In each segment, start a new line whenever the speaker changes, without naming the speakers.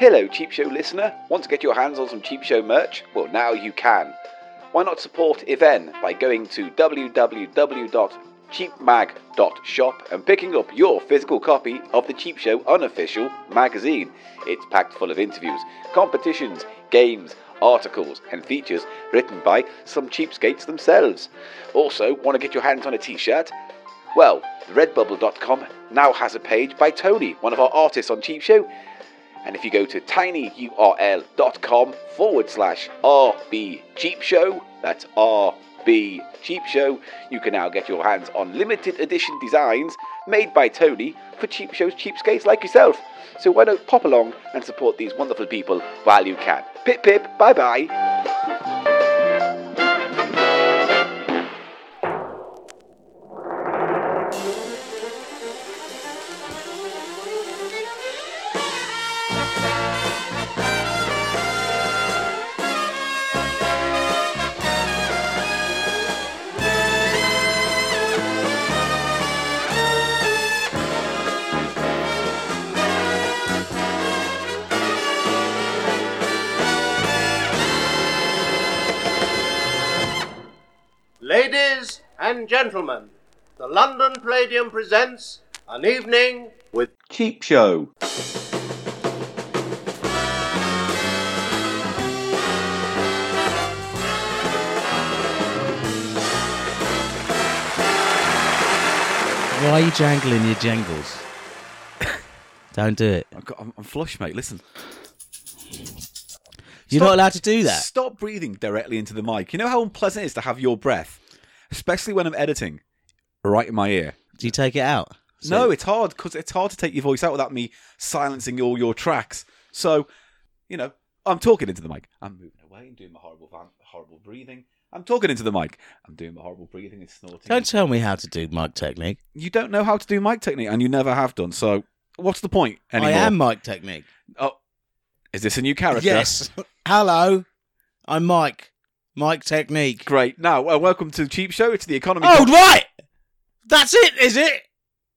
Hello, Cheap Show listener. Want to get your hands on some Cheap Show merch? Well, now you can. Why not support Even by going to www.cheapmag.shop and picking up your physical copy of the Cheap Show unofficial magazine? It's packed full of interviews, competitions, games, articles, and features written by some cheapskates themselves. Also, want to get your hands on a t shirt? Well, redbubble.com now has a page by Tony, one of our artists on Cheap Show. And if you go to tinyurl.com forward slash RB Cheap Show, that's RB Cheap Show, you can now get your hands on limited edition designs made by Tony for Cheap Show's cheapskates like yourself. So why don't pop along and support these wonderful people while you can? Pip pip, bye bye.
Ladies and gentlemen, the London Palladium presents an evening with
Cheap Show.
Why are you jangling your jangles? Don't do it.
I've got, I'm, I'm flush, mate. Listen,
You're
Stop.
not allowed to do that.
stop breathing directly into the mic. You know how unpleasant it is to have your breath, especially when I'm editing, right in my ear.
Do you take it out?
no, it's hard because it's hard to take your voice out without me silencing all your tracks. So, you know, I'm talking into the mic. I'm moving away. I'm doing my horrible, van- horrible breathing. I'm talking into the mic. I'm doing my horrible breathing and snorting.
Don't tell me how to do mic technique.
You don't know how to do mic technique, and you never have done. So, what's the point anymore?
I am mic technique.
Oh, is this a new character?
Yes. Hello. I'm Mike. Mike technique.
Great. Now, uh, welcome to Cheap Show. It's the economy.
Oh right. That's it, is it?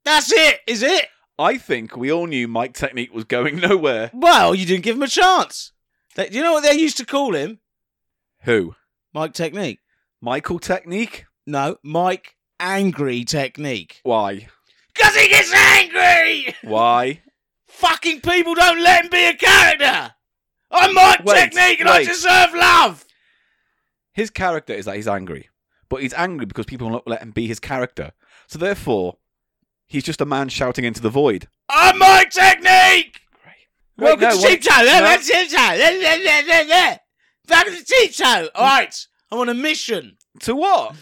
That's it, is it?
I think we all knew Mike Technique was going nowhere.
Well, you didn't give him a chance. They, do you know what they used to call him?
Who?
Mike technique.
Michael Technique?
No, Mike angry technique.
Why?
Cause he gets angry.
Why?
Fucking people don't let him be a character. I'm Mike
Wait,
Technique and I
wait.
deserve love.
His character is that he's angry, but he's angry because people won't let him be his character. So therefore, he's just a man shouting into the void.
I'm Mike Technique.
Wait,
Welcome
no,
to
what-
Cheap Show.
no.
Welcome to Cheap Show. Yeah, yeah, yeah, yeah, yeah. Welcome to Cheap
Mm.
Show. All right, I'm on a mission.
To what?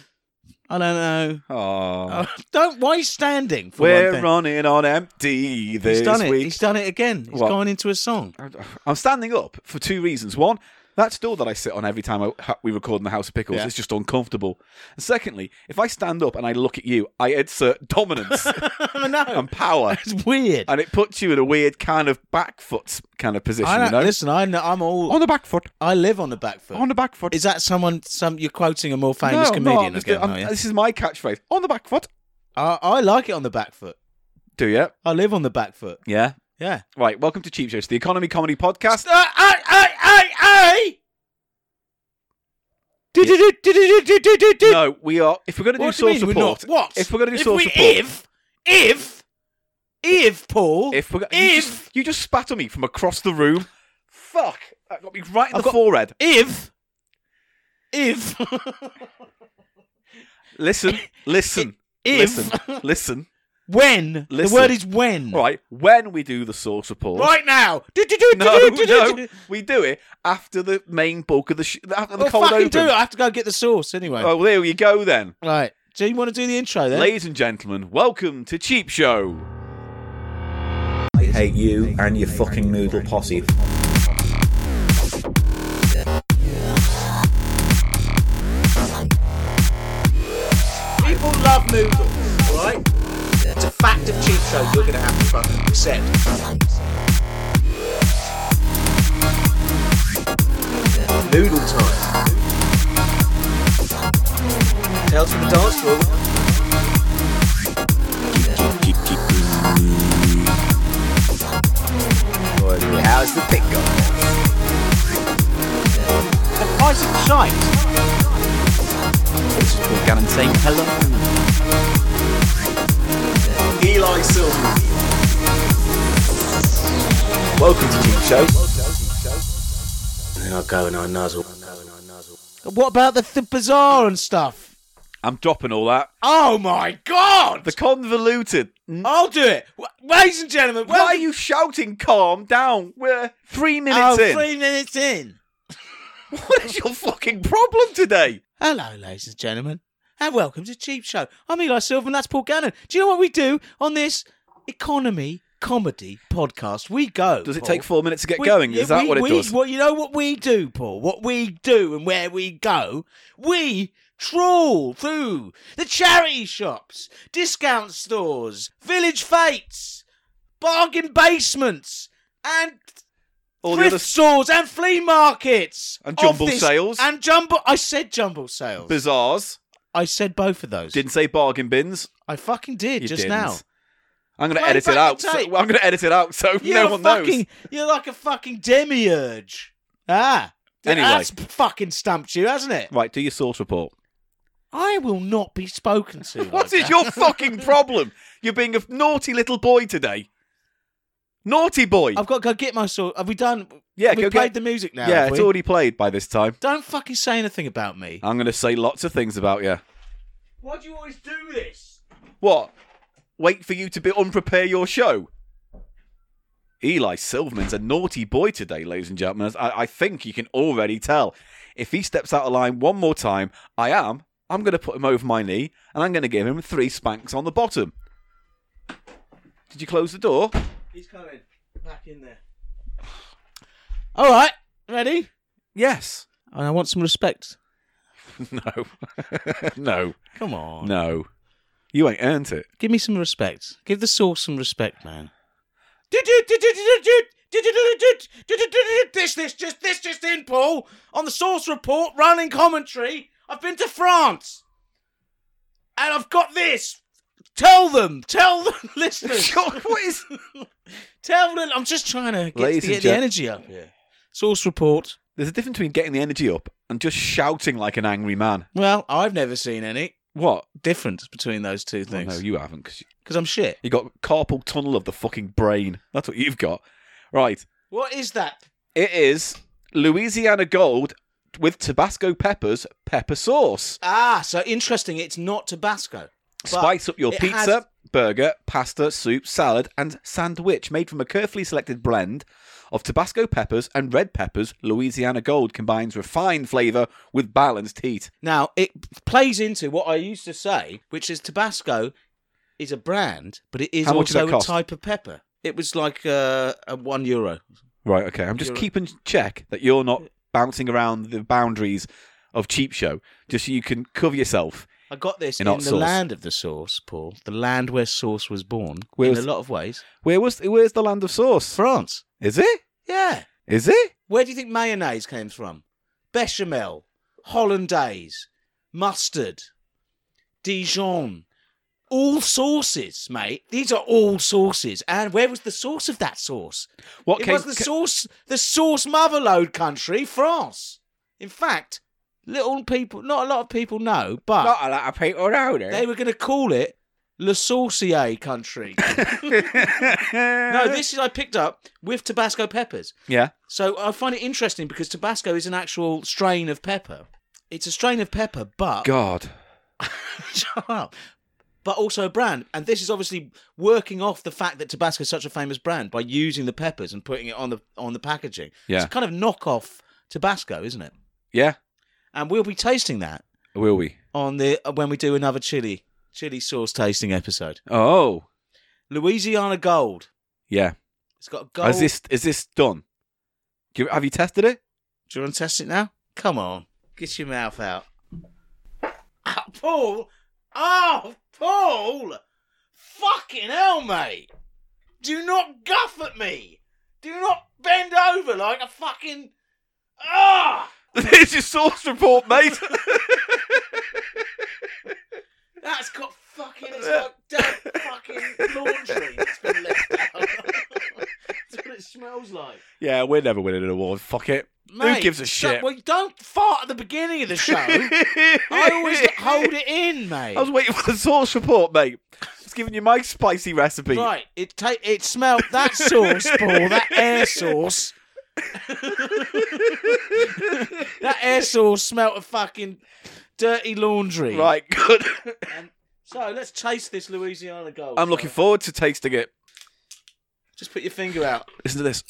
I don't know.
Oh,
don't. Why are you standing? For one
we're
thing?
running on empty this
He's done it.
week.
He's done it again. He's
What?
gone into a song.
I'm standing up for two reasons. One, that stool that I sit on every time I, ha- we record in the House of Pickles
Yeah.
is just uncomfortable. And secondly, if I stand up and I look at you, I insert dominance
I know.
and power.
It's weird.
and it puts you in a weird kind of back foot kind of position,
I
you know?
don't, listen, I know, I'm all.
On the back foot.
I live on the back foot.
On the back foot.
Is that someone? Some you're quoting a more
No,
famous
I'm not.
comedian?
I'm just-
again,
I'm-
are you?
This is my catchphrase. On the back foot.
I, I like it on the back foot.
Do you?
I live on the back foot.
Yeah.
Yeah.
Right. Welcome to Cheap Shows, the economy comedy podcast. No, we are. If we're going to do
What do you
source
mean we're
support,
not? What?
If we're going to do
If
source
we-
support,
If, if, if, Paul.
if we're, go- you,
if-
just, you just spat on me from across the room. Fuck! That got me right in
I've
the
got-
forehead.
If, if,
Listen, listen,
if,
listen, listen.
when. The
Listen.
word is when.
All right, when we do the source support,
Right now.
No, no, we do it after the main bulk of the sh- after the
Well,
cold
fucking
open.
do it. I have to go get the sauce anyway.
Oh, there you go then,
Right. Do you want to do the intro then?
ladies and gentlemen. Welcome to Cheap Show.
I hate you and your fucking noodle posse.
People love noodles, right? It's a fact of cheap show you're going to have to fucking accept. Noodle time. Tales from the dance floor. How's the pick going? The price of shite.
This is Paul Gannon saying hello.
Eli Silver. Welcome to Cheap Show.
Then I go and I nuzzle.
What about the, the bazaar and stuff?
I'm dropping all that.
Oh my god!
The convoluted.
I'll do it, W- ladies and gentlemen.
Why are
welcome-
you shouting? Calm down. We're three minutes
oh,
in.
three minutes in.
What is your fucking problem today?
Hello, ladies and gentlemen, and welcome to Cheap Show. I'm Eli Silver, and that's Paul Gannon. Do you know what we do on this economy comedy podcast? We go.
Does it
Paul.
take four minutes to get
We-
going? Is
yeah,
that
we-
what it
we-
does?
Well, you know what we do, Paul. What we do and where we go, we trawl through the charity shops, discount stores, village fates, bargain basements, and
All the
thrift
other
stores and flea markets
And
of
jumble
this-
sales.
and jumble. I said jumble sales.
bazaars
I said both of those.
didn't say bargain bins.
I fucking did
You
just
didn't.
now.
I'm going to
Play
edit
back
it
the
out. So,
tape.
I'm going to edit it out so
You're
no
a
one
fucking.
knows.
You're like a fucking demiurge. Ah.
Anyway.
That's fucking stumped you, hasn't it?
Right, do your source report.
I will not be spoken to. like
What is
that.
your fucking problem? You're being a naughty little boy today. Naughty boy.
I've got to go get my sword. Have we done?
Yeah,
we
go get-
played the music now.
yeah,
have
it's
we?
already played by this time.
Don't fucking say anything about me.
I'm going to say lots of things about you.
Why do you always do this?
What? Wait for you to be unprepare your show. Eli Silverman's a naughty boy today, ladies and gentlemen. as I, I think you can already tell. If he steps out of line one more time, I am. I'm going to put him over my knee, and I'm going to give him three spanks on the bottom. Did you close the door?
He's coming back in there. All right, ready?
Yes.
And I want some respect.
no. no.
Come on,
No. You ain't earned it.
give me some respect. Give the source some respect, man. This, this, just, this, just in, Paul. On the source report, running commentary. I've been to France, and I've got this. Tell them, tell them, listeners.
what is?
Tell them. I'm just trying to get,
Ladies
the,
and
get the
gen-
energy up here. Source report.
There's a difference between getting the energy up and just shouting like an angry man.
Well, I've never seen any
What?
difference between those two
Well,
things
no, you haven't, 'cause
because I'm shit.
You got carpal tunnel of the fucking brain. That's what you've got. Right.
What is that?
It is Louisiana Gold with Tabasco peppers, pepper sauce.
Ah, so interesting. It's not Tabasco. But
Spice up your
it
pizza,
has-
burger, pasta, soup, salad, and sandwich made from a carefully selected blend of Tabasco peppers and red peppers. Louisiana Gold combines refined flavour with balanced heat.
Now, it plays into what I used to say, which is Tabasco is a brand, but it is
How much did
also
that
a
cost?
type of pepper. It was like uh, a one euro.
Right, okay. I'm just
You're- Uh,
keeping check that you're not bouncing around the boundaries of cheap show, just so you can cover yourself.
I got this
In
in,
hot
the
sauce.
land of the sauce, Paul. The land where sauce was born.
Where
in
was-
a lot of ways,
Where was? Where's the land of sauce?
France.
Is it?
Yeah.
Is it?
Where do you think mayonnaise came from? Bechamel, hollandaise, mustard, Dijon. All sauces, mate. These are all sauces. And where was the source of that sauce?
What
it
came?
was the source, the source motherlode country, France. In fact, little people, not a lot of people know, but
not a lot of people around
Ah. they were going to call it Le Saucier country. no, this is I picked up with Tabasco peppers.
Yeah.
So I find it interesting because Tabasco is an actual strain of pepper. It's a strain of pepper, but
God.
Shut up. But also a brand, and this is obviously working off the fact that Tabasco is such a famous brand by using the peppers and putting it on the on the packaging.
Yeah.
It's a kind of knockoff Tabasco, isn't it?
Yeah.
And we'll be tasting that
Will we?
on the when we do another chili chili sauce tasting episode.
Oh.
Louisiana Gold.
Yeah.
It's got a gold.
Oh, Is this is this done? Do you, have you tested it?
Do you want to test it now? Come on, get your mouth out. Ah, Paul, oh Paul, fucking hell, mate! Do not guff at me. Do not bend over like a fucking ah.
There's your source report, mate.
That's got fucking. It's like damn fucking laundry that's been left out. that's what it smells feels like.
Yeah, we're never winning an award. Fuck it. Who
Mate,
gives a
so-
shit?
Well, don't fart at the beginning of the show. I always hold it in, mate.
I was waiting for the source report, mate. It's giving you my spicy recipe.
Right, it ta- it smelled that sauce, Paul. That air sauce. that air sauce smelt of fucking dirty laundry.
Right, good.
So let's taste this Louisiana gold.
I'm looking forward to tasting it.
Just put your finger out.
Listen to this.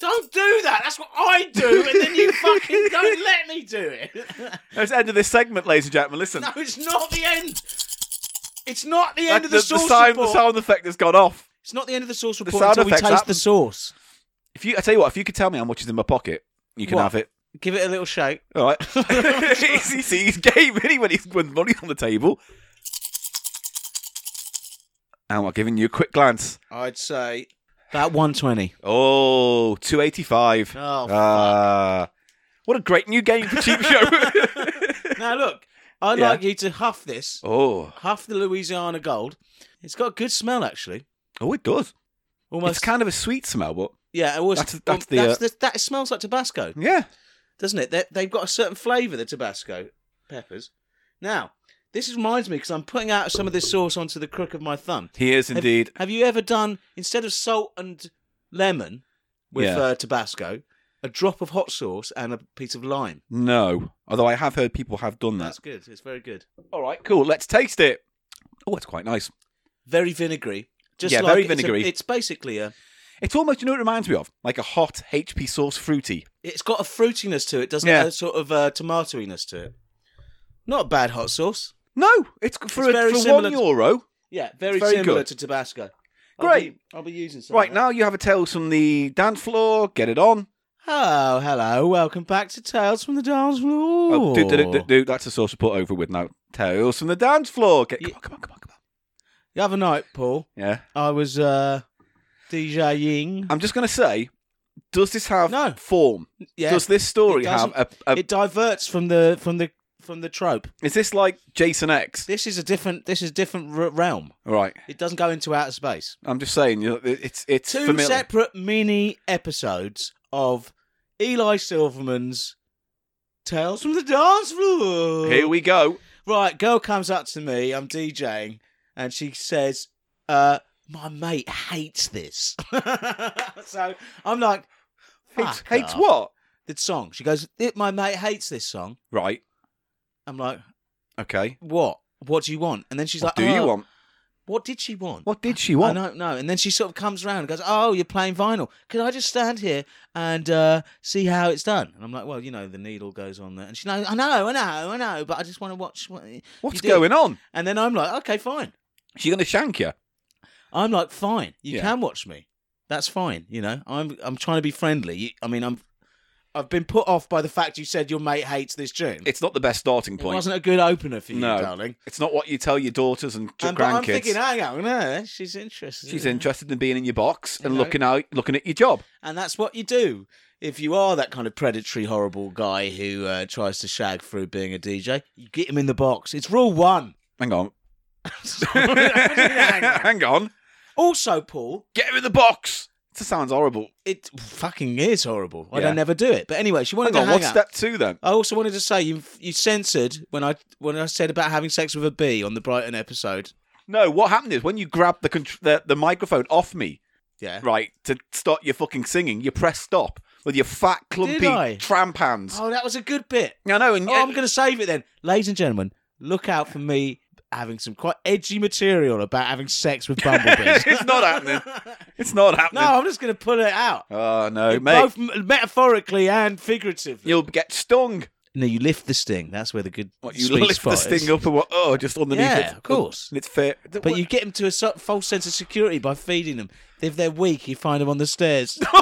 Don't do that. That's what I do, and then you fucking don't let me do it.
That's the end of this segment, ladies and gentlemen. Listen.
no, it's not the end. It's not the
That-
end of the, sauce
sound,
report.
the sound effect has gone off.
It's not the end of the sauce report
sound
until we
effects
taste the
happen.
sauce.
If you, I tell you what, if you could tell me how much is in my pocket, you can
What?
have it.
Give it a little shake.
All right. he's, see, he's game really when he's when money's on the table. And I'm giving you a quick glance.
I'd say about 120.
Oh, 285.
Oh,
Ah. what a great new game for Cheap Show.
Now look, I'd
Yeah.
like you to huff this.
oh.
Huff the Louisiana Gold. It's got a good smell actually.
Oh, it does.
Almost.
It's kind of a sweet smell, but
yeah, it was.
that's-
um,
that's the, uh,
the- that it smells like Tabasco,
yeah.
doesn't it? they they've got a certain flavour, the Tabasco peppers. Now, this reminds me because I'm putting out some of this sauce onto the crook of my thumb.
He is
Have-
indeed.
Have, you ever done instead of salt and lemon with
Yeah.
uh, Tabasco, a drop of hot sauce and a piece of lime?
No. Although I have heard people have done that.
That's good. It's very good.
All right, cool. Let's taste it. Oh, it's quite nice.
Very vinegary. Just
Yeah,
like
very
it's a-
vinegary.
it's basically a
It's almost, you know what it reminds me of? Like a hot HP sauce fruity.
It's got a fruitiness to it, doesn't
Yeah.
it? A sort of uh, tomatoiness to it. Not a bad hot sauce.
No, it's for,
It's
a,
very
for
similar
one
to-
euro.
Yeah, very,
very
similar
good.
to Tabasco. I'll
Great.
be, I'll be using some.
Right,
of that.
now you have a Tales from the Dance Floor. Get it on.
Oh, hello. Welcome back to Tales from the Dance Floor.
Oh, do, do, do, do, do. That's a sauce report over with now. Tales from the Dance Floor. Get,
Ye-
come on, come on, come on, come on.
The other night, Paul,
Yeah.
I was uh, DJing.
I'm just going to say, does this have
No.
form?
Yeah,
Does this story
It
have a. a
it diverts from the from the from the trope.
is this like Jason X?
This is a different. This is a different r- realm.
All right.
It doesn't go into outer space.
I'm just saying, you know, it- it's it's
two
familiar.
separate mini episodes of Eli Silverman's Tales from the Dance Floor.
Here we go.
right, girl comes up to me. I'm DJing, and she says, uh, "My mate hates this." so I'm like,
Hates,
Fuck
hates
off.
what?
"The song." She goes, "It- "My mate hates this song."
Right.
I'm like,
Okay.
"What? What do you want?" And then she's
what
like,
do
"Oh,
you want?
What did she want?
What did she want?
I don't know. And then she sort of comes around and goes, Oh, you're playing vinyl. Can I just stand here and uh, see how it's done? And I'm like, Well, you know, the needle goes on there. And she's like, I know, I know, I know, but I just want to watch what. you
What's
do."
going on?
And then I'm like, Okay, fine.
She's going to shank you.
I'm like, Fine. You
Yeah.
can watch me. That's fine. You know, I'm I'm trying to be friendly. You- I mean, I'm. I've been put off by the fact you said your mate hates this tune.
It's not the best starting
It
point.
wasn't a good opener for you,
No.
darling.
It's not what you tell your daughters and
And, but I'm
grandkids.
thinking, hang on, no, she's interested.
She's interested in being in your box and
You know.
looking out, looking at your job.
And that's what you do if you are that kind of predatory, horrible guy who uh, tries to shag through being a DJ. You get him in the box. It's rule one.
Hang on,
Hang on.
hang on,
also, Paul,
get him in the box. That sounds horrible.
it fucking is horrible. I
Yeah.
don't never do it. But anyway, she wanted
Hang
to
on,
hang
what's step
out.
two then?
I also wanted to say you you censored when I when I said about having sex with a bee on the Brighton episode.
No, what happened is when you grabbed the, contr- the the microphone off me,
Yeah.
right, to start your fucking singing, you press stop with your fat,
I?
clumpy tramp hands.
Oh, that was a good bit.
I know, and
Oh, I'm going to save it then. Ladies and gentlemen, look out for me having some quite edgy material about having sex with bumblebees.
it's not happening. It's not happening.
No, I'm just going to pull it out.
Oh no, mate,
Both m- metaphorically and figuratively.
you'll get stung.
No, you lift the sting. That's where the good
What you
sweet
lift
spot
the
is.
sting up and what? Oh, just underneath.
Yeah,
its-
of course.
And it's fair.
But you get them to a so- false sense of security by feeding them. If they're weak, you find them on the stairs.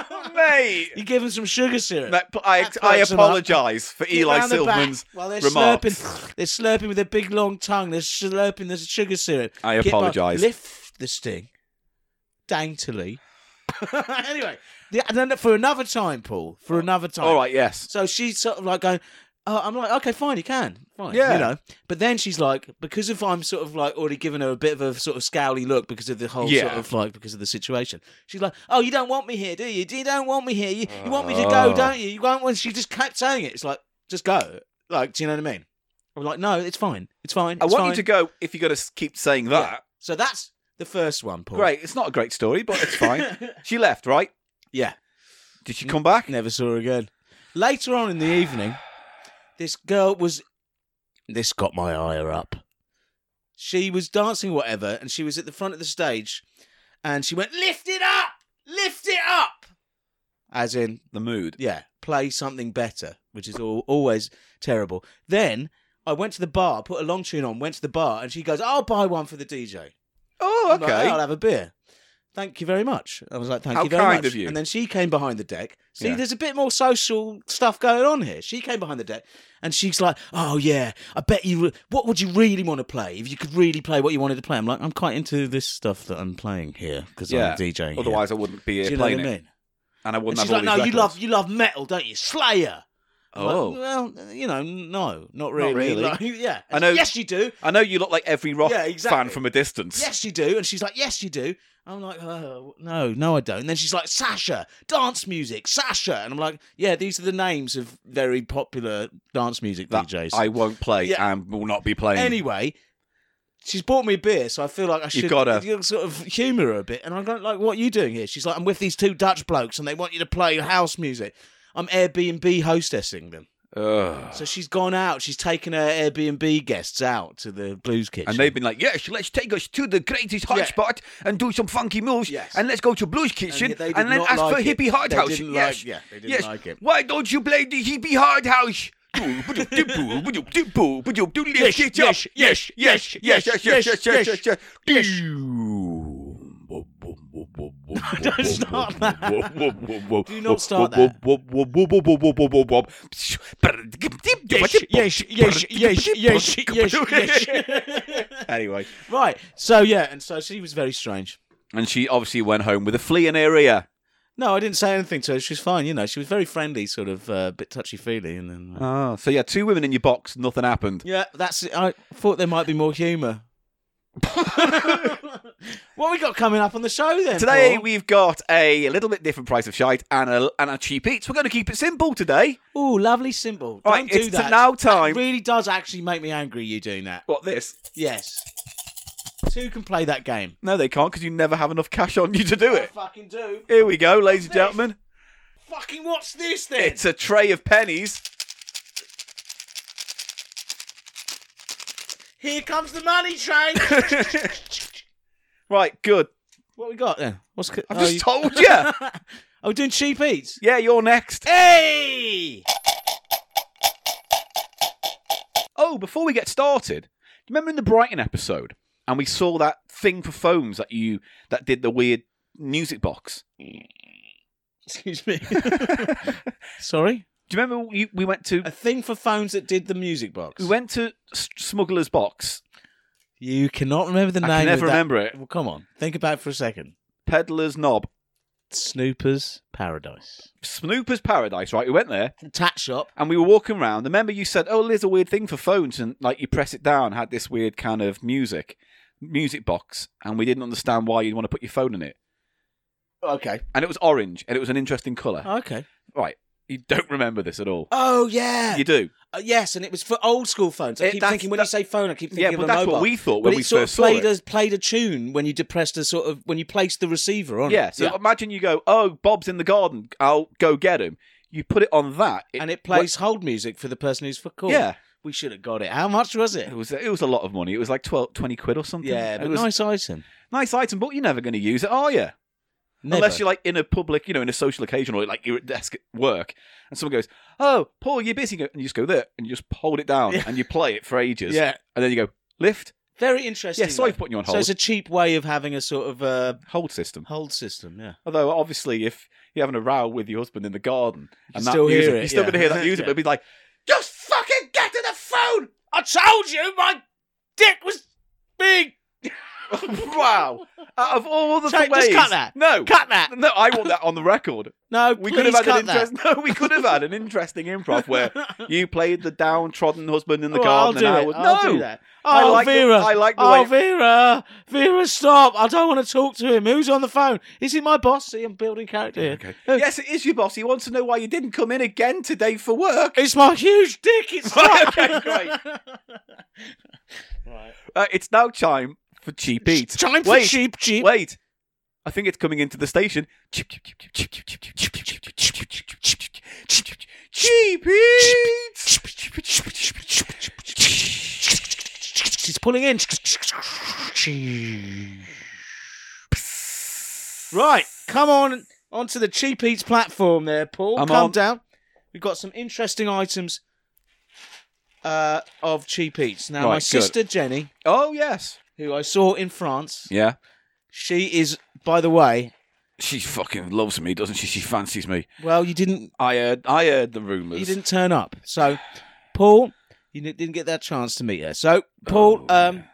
mate.
you give them some sugar syrup.
That- I,
That
I
perks 'em up.
apologise for
Get
Eli
round the back
Silverman's
while they're
remarks.
slurping. They're slurping with their big long tongue. They're slurping the sugar syrup.
I
Get by-
apologise.
Lift the sting daintily. anyway, the, and then for another time, Paul. For another time.
All right, yes.
So she's sort of like going, Oh, I'm like, okay, fine, you can, fine,
Yeah.
you know. But then she's like, because of I'm sort of like already giving her a bit of a sort of scowly look because of the whole
Yeah.
sort of like because of the situation. She's like, oh, you don't want me here, do you? Do You don't want me here. You, you want me to go,
Oh.
don't you? You won't. want-" She just kept saying it. It's like, just go. Like, do you know what I mean? I'm like, no, it's fine. It's fine.
I
it's
want
fine."
you to go if you're going to keep saying
Yeah.
that.
So that's the first one, Paul.
Great. It's not a great story, but it's fine. she left, right?
Yeah.
Did she come back?
Never saw her again. Later on in the evening, this girl was. This got my ire up. She was dancing, whatever, and she was at the front of the stage, and she went, "Lift it up, lift it up," as in,
The mood.
yeah, play something better, which is all, always terrible. Then I went to the bar, put a long tune on, went to the bar, and she goes, "I'll buy one for the DJ."
Oh,
I'm like,
okay.
"Oh, I'll have a beer. Thank you very much. I was like, thank
How
you very
kind
much.
of you.
And then she came behind the deck. See,
Yeah.
there's a bit more social stuff going on here. She came behind the deck and she's like, oh, yeah, I bet you, re- what would you really want to play if you could really play what you wanted to play? I'm like, I'm quite into this stuff that I'm playing here because
Yeah.
I'm DJing. here."
Otherwise, I wouldn't be
Do
here
you know what I
playing
mean?
it. And I
And
wouldn't
she's
have all
like, no,
these
you love,
records.
you love metal, don't you? Slayer. I'm like,
Oh.
well, you know, no, not really.
really.
Like, yeah.
I know-
Yes, you do.
I know you look like every rock
Yeah,
fan
exactly.
from a distance.
Yes, you do. And she's like, Yes, you do. I'm like, oh, No, no, I don't. And then she's like, Sasha, dance music, Sasha. And I'm like, Yeah, these are the names of very popular dance music
That
DJs.
I won't play
Yeah.
and will not be playing.
Anyway, she's bought me a beer, so I feel like I should
gotta-
you know, sort of humour her a bit. And I don't like, What are you doing here? She's like, I'm with these two Dutch blokes and they want you to play house music. I'm Airbnb hostessing them.
Ugh.
So she's gone out. She's taken her Airbnb guests out to the blues kitchen.
And they've been like, yes, let's take us to the greatest hot
Yeah.
spot and do some funky moves,
Yes.
and let's go to Blues Kitchen,
yet they
and,
did
then
not
ask for
like it.
Hippie Hard
They
House.
didn't
yes,
like- yeah, they didn't
yes.
like it.
Why don't you play the Hippie Hard House? yes,
yes, yes, yes, yes, yes, yes,
yes,
yes.
Don't
start that.
Do
Do not start that.
Yes, Anyway,
Right. So yeah, and so she was very strange.
and she obviously went home with a flea in her ear.
No, I didn't say anything to her. She was fine, you know. She was very friendly, sort of uh, bit touchy feely, and then uh,
Oh, so yeah, two women in your box, nothing happened.
yeah, that's. It. I thought there might be more humour. what we got coming up on the show then?
Today
Paul?
we've got a, a little bit different price of shite and a, and a cheap eats. We're going to keep it simple today.
Ooh, lovely symbol. Don't
All right,
do
it's
that.
now
It
time.
really does actually make me angry. You doing that?
What this?
Yes. Two can play that game.
No, they can't because you never have enough cash on you to do
I
it.
fucking do.
Here we go, ladies and gentlemen.
Fucking what's this then?
It's a tray of pennies.
Here comes the money train.
Right, good.
what we got then? What's? Co-
I've
oh,
just
you-
told you.
Are we doing cheap eats?
yeah, you're next.
Hey!
Oh, before we get started, do you remember in the Brighton episode, and we saw that thing for phones that you that did the weird music box.
Excuse me. Sorry?
Do you remember you, we went to
A thing for phones that did the music box.
we went to S- Smuggler's Box?
You cannot remember the
I
name.
can never
of that-
remember it.
Well, come on. Think about it for a second.
Peddler's Knob,
Snooper's Paradise.
Snooper's Paradise. Right, we went there
Tat shop.
and we were walking around. Remember, you said, "Oh, there's a weird thing for phones," and like you press it down, had this weird kind of music music box, and we didn't understand why you'd want to put your phone in it.
Okay.
And it was orange, and it was an interesting color.
Okay.
Right, you don't remember this at all.
Oh, yeah.
You do.
Uh, yes, and it was for old school phones. I
It-
keep
that's-
thinking, when
that-
you say phone, I keep thinking
Yeah,
of
but
a
that's
mobile.
what we thought
But
when
it
we
sort
first
of
saw
played
it.
A, played a tune when you depressed a sort of, when you placed the receiver on
Yeah.
it.
So imagine you go, oh, Bob's in the garden. I'll go get him. You put it on that,
and it plays hold music for the person who's for call.
Yeah,
We should have got it. How much was it?
it was it was a lot of money. It was like 12, 20 quid or something.
Yeah,
it
but
was
nice item.
nice item, but you're never going to use it, are you? Unless you're like in a public, you know, in a social occasion or like you're at desk at work, and someone goes, "Oh, Paul, you're busy," and you just go there and you just hold it down
Yeah.
and you play it for ages.
Yeah.
and then you go lift.
Very interesting.
Yeah, sorry
though.
for putting you on
So
hold.
it's a cheap way of having a sort of uh,
hold system.
hold system. Yeah.
Although obviously, if you're having a row with your husband in the garden, and that
still hear
music,
it,
you're still
yeah.
going to hear that music,
Yeah.
but it'd be like,
Just fucking get to the phone. I told you my dick was big.
wow. Out of all the
Take-
ways.
just cut that.
No.
Cut that.
No, I want that on the record.
No,
We
please
could have had
cut
an
that.
interest. No, we could have had an interesting improv where you played the downtrodden husband in the
Well,
garden.
Oh, I'll
and
do it.
I would,
I'll
no,
do that. Oh,
I like the-
Vera.
I like the
oh,
way-
Vera. Vera, stop. I don't want to talk to him. Who's on the phone? Is it my boss? See, I'm building character here.
Okay. Yes, it is your boss. He wants to know why you didn't come in again today for work.
It's my huge dick. It's
Right, okay, great.
right.
Uh, it's now time for cheap eats.
Time for
Wait,
cheap, cheap.
Wait, I think it's coming into the station. Cheap eats.
It's pulling in. Right, come on onto the Cheap Eats platform there, Paul.
I'm
Calm
on.
down. We've got some interesting items uh, of Cheap Eats. Now,
Right,
my
good.
sister Jenny,
Oh yes.
who I saw in France,
Yeah.
she is, by the way,
She fucking loves me, doesn't she? She fancies me.
well, you didn't
I heard. I heard the rumours.
You didn't turn up. So, Paul, you n- didn't get that chance to meet her. So, Paul,
Oh,
um,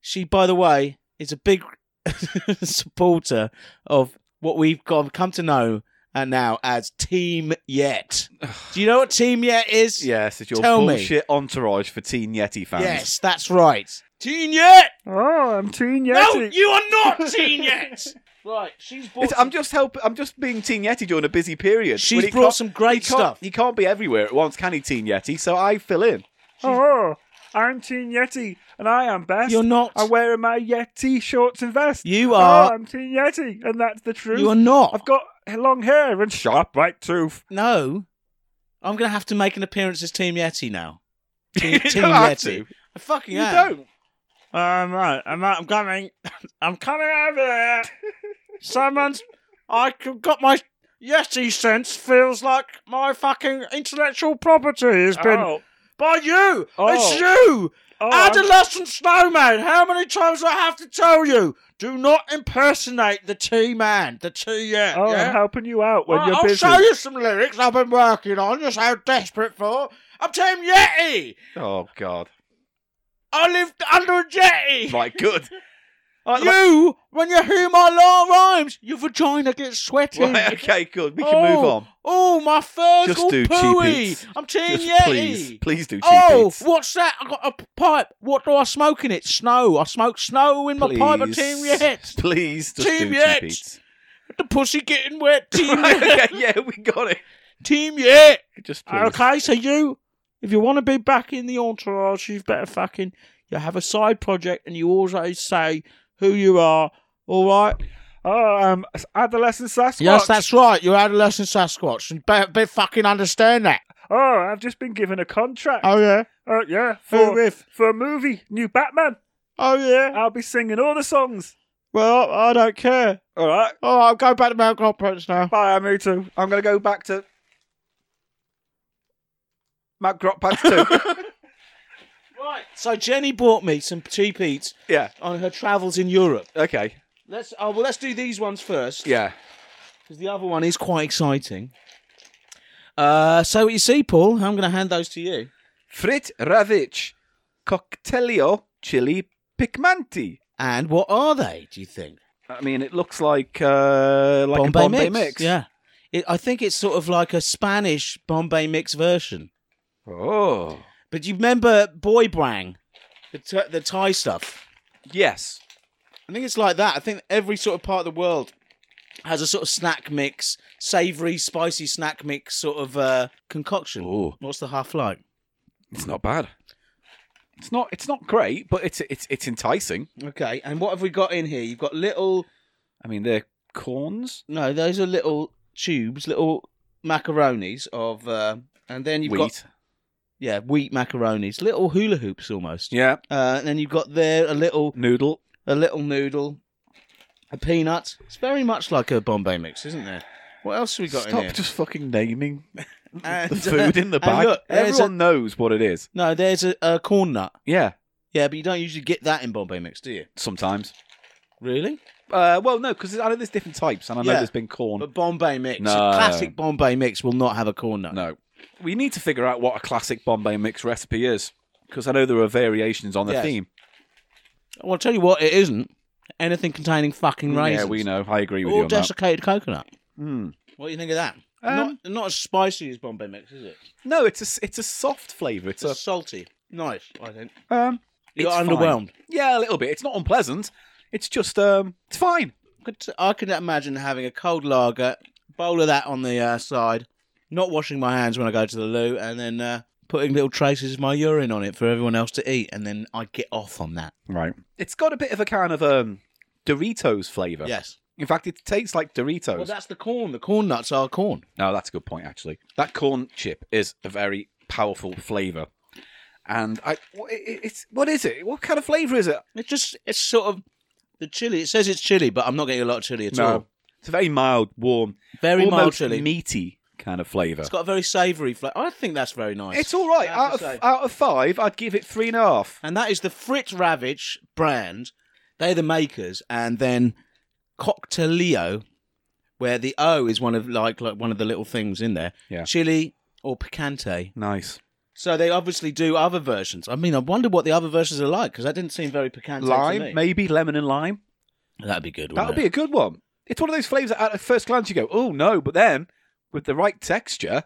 she, by the way, is a big supporter of what we've got, come to know and now as Team Yet. Do you know what Team Yet is?
Yes, it's your
Tell me.
bullshit entourage for Teen Yeti fans.
Yes, that's right. Team Yet!
Oh, I'm Teen Yeti.
No, you are not Team Yet! Right, she's bought.
It's- I'm just help. I'm just being Teen Yeti during a busy period.
She's
When he
brought
can't-
some great
he can't-
stuff.
He can't be everywhere at once, can he, Teen Yeti? So I fill in. Oh, I'm Teen Yeti, and I am best.
You're not.
wearing my Yeti shorts and vest. Oh,
You are.
I'm Teen Yeti, and that's the truth.
you are not.
got long hair and sharp white tooth.
No. I'm going to have to make an appearance as Team Yeti now. Team,
You don't
Team
have
Yeti.
to.
I fucking
You
am.
don't.
I'm Um, right. I'm, I'm coming. I'm coming over here. Someone's. I c- got my Yeti sense feels like my fucking intellectual property has been.
Oh.
By you! It's you! Adolescent snowman! How many times do I have to tell you? Do not impersonate the T man, the T yet. yeah?
Oh, helping you out
Right, I'll show you some lyrics I've been working on, you're so desperate for. I'm Team Yeti!
Oh God!
I lived under a jetty!
My good.
you, when you hear my long rhymes, your vagina gets sweaty.
Right, okay, good. We can move
Oh,
on.
Oh, my fur's
Just
all
do cheap eats.
pooey. I'm Team
Just
Yeti.
please, please do cheap
oh,
eats.
what's that? I got a p- pipe. What do I smoke in it? Snow. I smoke snow in my pipe. I'm
Please.
Team Yeti.
Please, just
Team
do
Yet.
cheap eats.
The pussy getting wet. Team
Right,
Yeti.
okay, yeah, we got it.
Team Yeti.
Just please.
Ah, Okay, so you, if you want to be back in the entourage, you've better fucking you have a side project and you also say who you are. All right.
Oh, um, adolescent Sasquatch.
Yes, that's right. You're adolescent Sasquatch, and better, better fucking understand that.
Oh, I've just been given a contract.
Oh yeah.
Oh, yeah,
Who with?
for Um, a movie, new Batman.
Oh yeah.
I'll be singing oh, all the songs.
Well, I don't care.
All right,
All right, I'll go back to Mount Conference now.
bye, I'm too. I'm gonna go back to Matt Grot Pants too.
Right. So Jenny bought me some cheap eats
yeah.
on her travels in Europe.
Okay.
Let's oh well, let's do these ones first.
Yeah.
because the other one is quite exciting. Uh, so what you see, Paul, I'm going to hand those to you.
Frit Ravich, Cocktelio Chili Picmanti.
And what are they? Do you think?
I mean, it looks like uh, like a Bombay mix.
Yeah, it, I think it's sort of like a Spanish Bombay mix version.
Oh.
But you remember Boy Brang, the t- the Thai stuff.
Yes.
I think it's like that. I think every sort of part of the world has a sort of snack mix, savoury, spicy snack mix sort of uh, concoction.
Ooh.
What's the half like?
It's not bad. It's not. It's not great, but it's it's it's enticing.
Okay, and what have we got in here? You've got little
I mean, they're corns.
No, those are little tubes, little macaronis of, uh, and then you've
wheat.
got yeah wheat macaronis, little hula hoops almost.
Yeah.
Uh, and then you've got there a little
Noodle.
a little noodle, a peanut. It's very much like a Bombay mix, isn't there? What else have we got in
Stop
here?
just fucking naming
And, uh,
the food in the
and
bag.
look, there's
Everyone knows what it is.
a- no, there's a, a corn nut.
Yeah.
Yeah, but you don't usually get that in Bombay mix, do you?
Sometimes.
Really?
Uh, well, no, because I know there's different types, and I know
Yeah.
there's been corn.
But Bombay mix,
No.
a classic Bombay mix, will not have a corn nut.
no. We need to figure out what a classic Bombay mix recipe is, because I know there are variations on the
Yes.
theme.
Well, I'll tell you what, it isn't. Anything containing fucking raisins.
Yeah, we know. I agree with you
Or
on that.
desiccated coconut.
Mm.
What do you think of that?
Um,
not, not as spicy as Bombay Mix, is it?
No, it's a s- it's a soft flavour. It's
It's
a
salty. Nice, I think.
um,
You
It's
got
fine.
underwhelmed.
yeah, a little bit. It's not unpleasant. It's just um, it's fine.
Could- I could imagine having a cold lager, bowl of that on the uh, side, not washing my hands when I go to the loo, and then uh, putting little traces of my urine on it for everyone else to eat, and then I get off on that.
Right. It's got a bit of a kind of um, Doritos flavour.
Yes.
In fact, it tastes like Doritos.
Well, that's the corn. The corn nuts are corn.
No, that's a good point actually. That corn chip is a very powerful flavour, and I wha- it- it- it's what is it? What kind of flavour is it?
It's just it's sort of the chili. It says it's chili, but I'm not getting a lot of chili at all.
it's a very mild, warm,
Very mild
almost
chili.
meaty kind of flavour.
It's got a very savoury flavour. I think that's very nice.
It's all right.
I have
Out of
to say.
out of five, I'd give it three and a half.
and that is the Fritz Ravage brand. They're the makers, and then Cocktailio, where the O is one of like like one of the little things in there.
Yeah.
Chili or picante.
Nice.
So they obviously do other versions. I mean, I wonder what the other versions are like because that didn't seem very picante. to me.
Lime, maybe lemon and lime.
that'd be good.
That would be a good one. It's one of those flavours that at at first glance you go, oh no, but then with the right texture,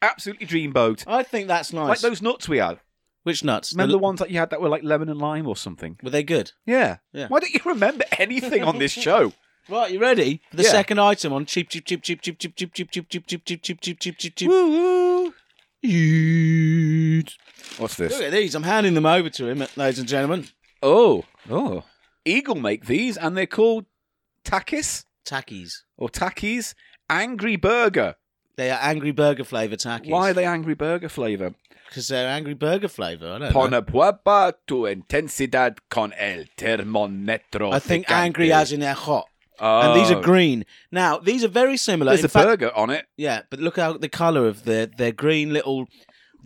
absolutely dreamboat.
I think that's nice.
Like those nuts we had.
Which nuts?
Remember the
The-
ones that you had that were like lemon and lime or something?
Were they good?
Yeah.
Yeah.
Why don't you remember anything on this show?
Right, you ready for the
Yeah.
second item on cheap, cheap, cheap, cheap, cheap, cheap, cheap, cheap, cheap, cheap, cheap, cheap, cheap, cheap, cheap, cheap, cheap.
Woo woo.
Eat.
What's
Look
this?
at these. I'm handing them over to him, ladies and gentlemen.
Oh. Oh. Eagle make these and they're called takis
Tackies.
or takis. Angry burger.
They are angry burger flavour tackies.
Why are they angry burger flavour?
Because they're angry burger flavour. I don't know.
Ponapuapa tu intensidad con el termometro.
I think
picante.
angry as in they're hot.
Oh.
And these are green. Now, these are very similar.
There's
In
a
fact-
burger on it.
Yeah, but look how the colour of their, their green little.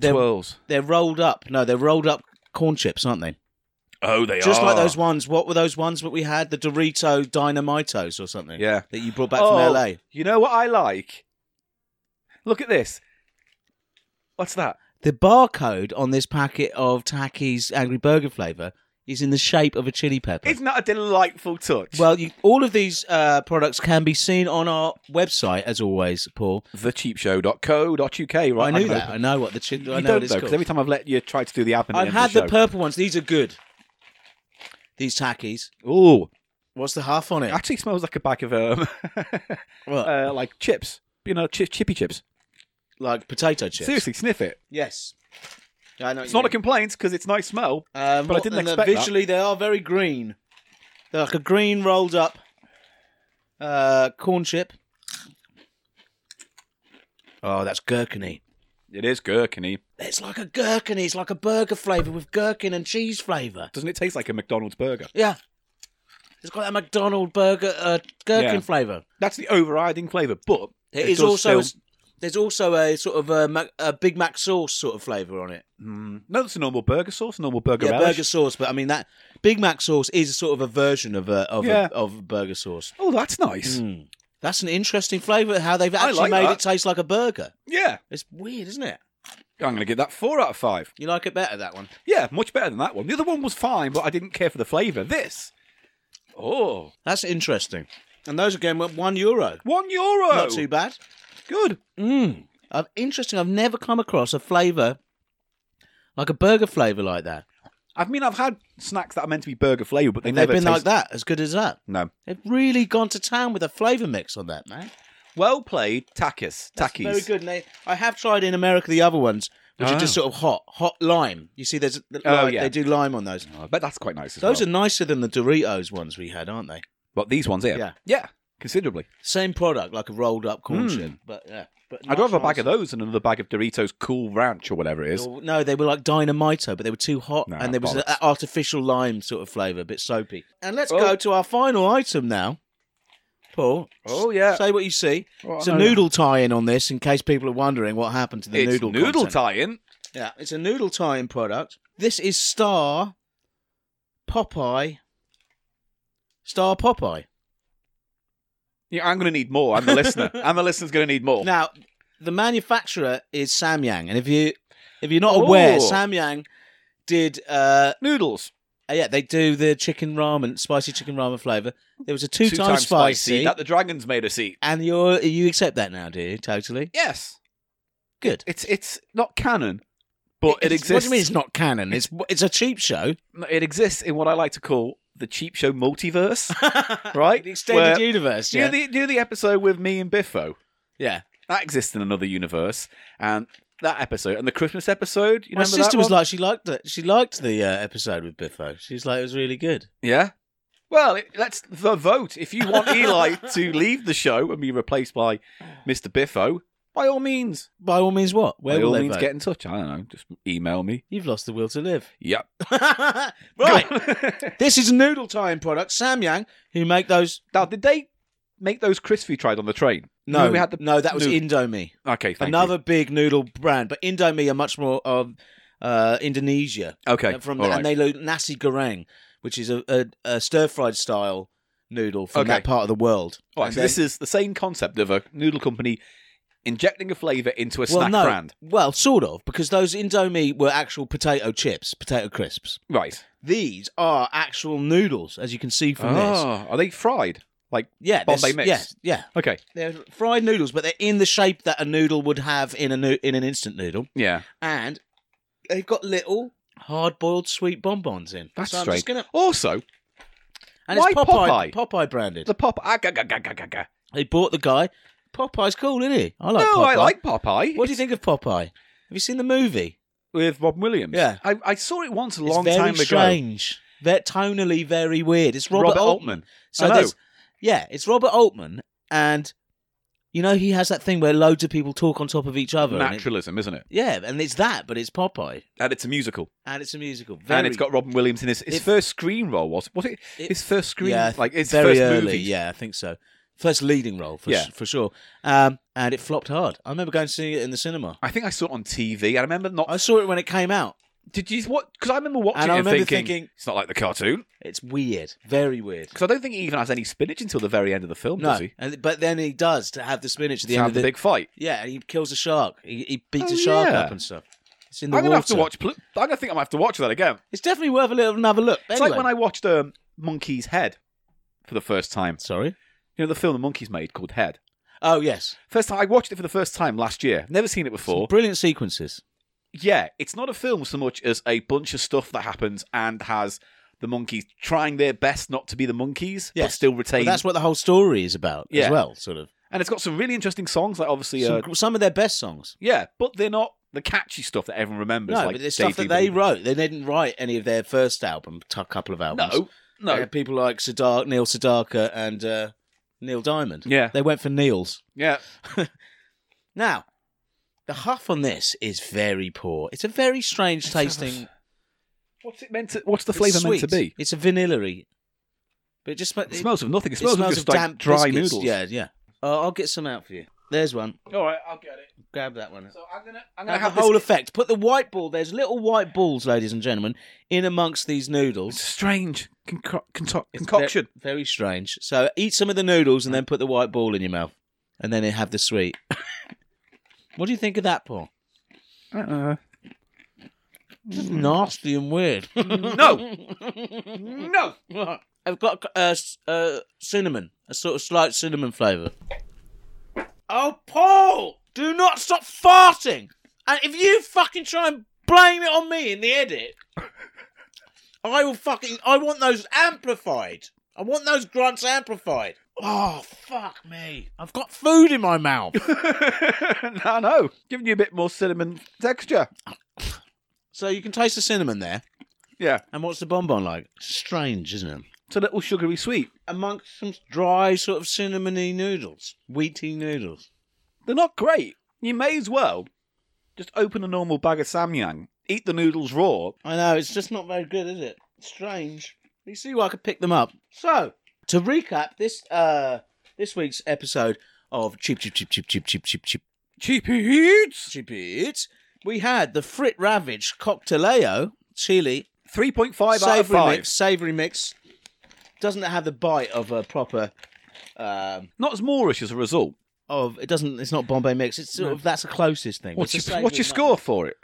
They're,
Twirls.
they're rolled up. No, they're rolled up corn chips, aren't they?
Oh, they
Just
are.
like those ones. What were those ones that we had? The Dorito Dynamitos or something.
Yeah.
That you brought back
Oh,
from LA.
You know what I like? Look at this. What's that?
The barcode on this packet of Tacky's Angry Burger flavour is in the shape of a chili pepper.
Isn't that a delightful touch?
well, you, all of these uh, products can be seen on our website, as always, Paul.
thecheapshow.co.uk, right?
I knew
I'm
that.
hoping-
I know what the chili.
You
I know
don't
what
know,
it's
because
called.
every time I've let you try to do the app and
I've had the,
show.
purple ones. These are good. These Tackies.
Ooh.
What's the half on
It
it?
actually smells like a bag of, um,
What?
uh, like chips. You know, chi- chippy chips.
like potato chips.
Seriously, sniff it.
Yes. I know what
It's
you
not a
mean.
complaint because it's nice smell.
Um,
But I
what-
didn't
and they're
expect that.
Visually, they are very green. They're like a green rolled up uh, corn chip. Oh, that's gherkiny.
It is gherkiny.
It's like a gherkiny. It's like a burger flavour with gherkin and cheese flavour.
Doesn't it taste like a McDonald's burger?
Yeah. It's got that McDonald burger uh, gherkin
Yeah.
flavour.
That's the overriding flavour, but
It is
does
also a
still-
s- there's also a sort of a, Mac, a Big Mac sauce sort of flavour on it.
Mm, no, it's a normal burger sauce, normal burger
Yeah,
relish.
burger sauce, but I mean that Big Mac sauce is sort of a version of a of
Yeah.
a, of burger sauce.
Oh, that's nice.
Mm. That's an interesting flavour. How they've
I
actually
like
made
that.
it taste like a burger.
Yeah,
It's weird, isn't it?
I'm going to give that four out of five.
You like it better that one?
Yeah, much better than that one. The other one was fine, but I didn't care for the flavour. This, oh,
That's interesting. And those again were one euro.
one euro.
Not too bad.
good.
Mm. Uh, interesting. I've never come across a flavour like a burger flavour like that.
I mean, I've had snacks that are meant to be burger flavour, but they
They've
never
been
taste...
like that, as good as that.
No.
They've really gone to town with a flavour mix on that, man.
Well played, Takis.
That's
Takis.
Very good. And they, I have tried in America the other ones, which are just sort of hot, hot lime. You see, there's like,
Oh, yeah.
they do lime on those.
Oh, I bet that's quite nice as
Those
well.
are nicer than the Doritos ones we had, aren't they?
But these ones here.
Yeah.
Yeah, considerably.
Same product, like a rolled up corn
Mm.
chip. But yeah, but
I'd rather have a bag of those than another bag of Doritos Cool Ranch or whatever it is.
No, they were like Dynamito, but they were too hot,
Nah,
and there was an
bollocks.
artificial lime sort of flavour, a bit soapy. And let's
Oh.
go to our final item now, Paul.
Oh, yeah.
say what you see.
Oh, I
it's a
know that.
noodle tie-in on this, in case people are wondering what happened to the
it's
noodle.
noodle
content.
tie-in.
Yeah, it's a noodle tie-in product. This is Star Popeye. Star Popeye.
Yeah, I'm going to need more. I'm the listener. and the listener's going to need more.
Now, the manufacturer is Samyang, and if you if you're not aware,
Oh.
Samyang did uh,
Noodles.
Uh, yeah, they do the chicken ramen, spicy chicken ramen flavour. There was a two,
Two-time
times spicy,
that the dragons made us eat.
and you're you accept that now, do you? Totally
Yes,
good.
it's it's not canon, but it,
What do
exists.
you mean it's not canon? It's it's a cheap show.
It exists in what I like to call the cheap show multiverse, right?
The extended
Where-
universe.
Do
Yeah.
the do the episode with me and Biffo.
yeah.
That exists in another universe, and that episode and the Christmas episode. You
My
remember
sister
that
was
one?
like, she liked it. She liked the uh, episode with Biffo. She was like, it was really good.
yeah. Well, it, let's the vote. If you want Eli to leave the show and be replaced by Mr. Biffo, by all means,
By all means, what? Where
by
will
all
they
means,
vote?
get in touch. I don't know. Just email me.
You've lost the will to live.
Yep.
right. this is Noodle Time product. Samyang, who make those.
now, did they make those crisps we tried on the train?
No,
Remember we had the
no, that was
noodle-
Indomie.
Okay, thank
Another big noodle brand, but Indomie are much more of uh, Indonesia.
you. Okay,
From
all right.
and they load nasi goreng, which is a, a, a stir fried style noodle from
Okay.
that part of the world.
All right,
And
so
then-
this is the same concept of a noodle company injecting a flavour into a
well,
snack
no,
brand.
well, sort of, because those Indomie were actual potato chips, potato crisps.
Right.
These are actual noodles, as you can see from this.
are they fried? Like,
Yeah,
Oh. Bombay
this-
mix.
Yeah, yeah,
okay.
they're fried noodles, but they're in the shape that a noodle would have in a noo- in an instant noodle,
Yeah.
and they've got little hard-boiled sweet bonbons in.
That's
so I'm
strange.
just gonna,
Also,
and
Why
it's Popeye, Popeye, branded.
the pop. Ah, ga, ga, ga, ga, ga, ga.
They bought the guy. Popeye's cool, isn't he? I like
no,
Popeye.
I like Popeye.
What do you think of Popeye? Have you seen the movie?
With Rob Williams.
Yeah.
I, I saw it once a long
it's very
time ago.
strange. They're tonally very weird. It's Robert, Altman. So
I know.
there's- yeah, it's Robert Altman, and you know he has that thing where loads of people talk on top of each other. and it-
Naturalism, isn't it?
yeah, and it's that, but it's Popeye,
And it's a musical.
and it's a musical. Very,
and it's got Robin Williams in his, his
It-
first screen role. Was was it,
It-
his first screen?
yeah,
like his
very
first
early.
movie.
Yeah, I think so. First leading role for
Yeah.
for sure. Um, and it flopped hard. I remember going to see it in the cinema.
I think I saw it on TV. I remember not.
I saw it when it came out.
did you what? Because I remember watching
And I
it
remember
thinking,
thinking-
it's not like the cartoon.
It's weird, very weird.
Because I don't think he even has any spinach until the very end of the film,
No,
does he?
and, but then he does to have the spinach at the
To
end
have
of
the big fight.
Yeah, and he kills a shark. He, he beats
Oh,
a shark
yeah.
up and stuff. It's in the
I'm gonna have to
water.
watch. Pl- I'm gonna think I'm gonna have to watch that again.
It's definitely worth a little another look.
It's like when I watched um, Monkey's Head for the first time.
sorry.
You know the film the monkeys made called Head.
Oh yes,
First time I watched it for the first time last year. Never seen it before.
brilliant sequences.
yeah, it's not a film so much as a bunch of stuff that happens and has the monkeys trying their best not to be the monkeys, but
Yes.
still
But
retain.
that's what the whole story is about
Yeah.
as well, sort of.
And it's got some really interesting songs, like obviously,
Some,
uh,
gr- some of their best songs.
yeah, but they're not the catchy stuff that everyone remembers.
No,
like
but it's stuff that
Daydreaming.
they wrote. They didn't write any of their first album, t- couple of albums.
No, no,
They had people like Sadar- Neil Sedaka and uh, Neil Diamond.
Yeah.
they went for Neil's.
yeah.
Now, the huff on this is very poor. It's a very strange tasting.
What's it meant to? What's the
it's
flavour meant
sweet.
to be?
It's a vanillary, but it just sm-
It smells of nothing. It smells, of just like
damp
dry
biscuits.
noodles.
Yeah, yeah. Uh, I'll get some out for you. There's one.
All right, I'll get it.
Grab that one.
So I'm gonna, I'm
And
gonna
have
have
the whole
this
effect. Put the white ball. There's little white balls, ladies and gentlemen, in amongst these noodles.
strange conco- conto- concoction.
Ve- Very, strange. So eat some of the noodles and then put the white ball in your mouth, and then have the sweet. what do you think of that, Paul?
Uh-uh.
Nasty and weird.
No, no.
I've got uh, s- uh, cinnamon, a sort of slight cinnamon flavour. Oh, Paul! Do not stop farting! And if you fucking try and blame it on me in the edit, I will fucking. I want those amplified. I want those grunts amplified. Oh, fuck me. I've got food in my mouth.
no, no. Giving you a bit more cinnamon texture.
so you can taste the cinnamon there.
Yeah.
And what's the bonbon like? Strange, isn't it?
It's a little sugary sweet.
amongst some dry sort of cinnamony noodles, wheaty noodles.
They're not great. You may as well just open a normal bag of samyang, eat the noodles raw.
I know it's just not very good, is it? Strange. You see why I could pick them up. So to recap this uh this week's episode of Cheap Cheap Cheap Cheap Cheap Cheap Cheap Cheap
Cheap eats.
Cheap Eats, we had the Frit Ravage Cocteleo Chili
3.5 out of
Savoury
5.
Mix. Savoury Mix doesn't have the bite of a proper. Um,
Not as moorish as a result.
of it doesn't. It's not Bombay mix. It's sort of that's the closest thing.
What's
It's a
your,
savoury
what's your
mix.
score for it?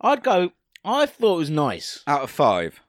I'd go. I thought it was nice.
Out of 5.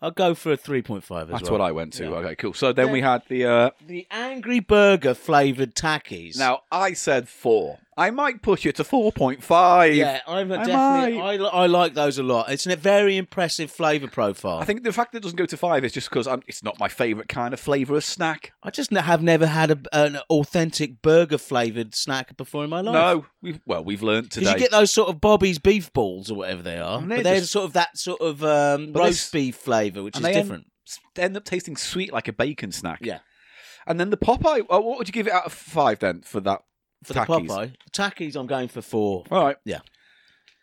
I'll go for a 3.5 as well.
That's what I went to.
Yeah.
Okay, cool. So then we had the. Uh,
The Angry Burger flavoured takis.
now I said four. I might push it to four point five.
yeah, I'm a
I
definitely.
might.
I, li- I like those a lot. It's a very impressive flavour profile.
I think the fact that it doesn't go to five is just because it's not my favourite kind of flavour of snack.
I just n- have never had a, an authentic burger flavoured snack before in my life.
No, we've well we've learnt
Because
today.
you get those sort of Bobby's beef balls or whatever they are,
And
but
they're
they're
just-
sort of that sort of um,
But
roast
this-
beef flavour, which is
and they end-
different.
They end up tasting sweet like a bacon snack.
Yeah.
And then the Popeye. Oh, what would you give it out of five then for that?
For
Takis?
the Popeye takis, I'm going for four.
All right.
Yeah.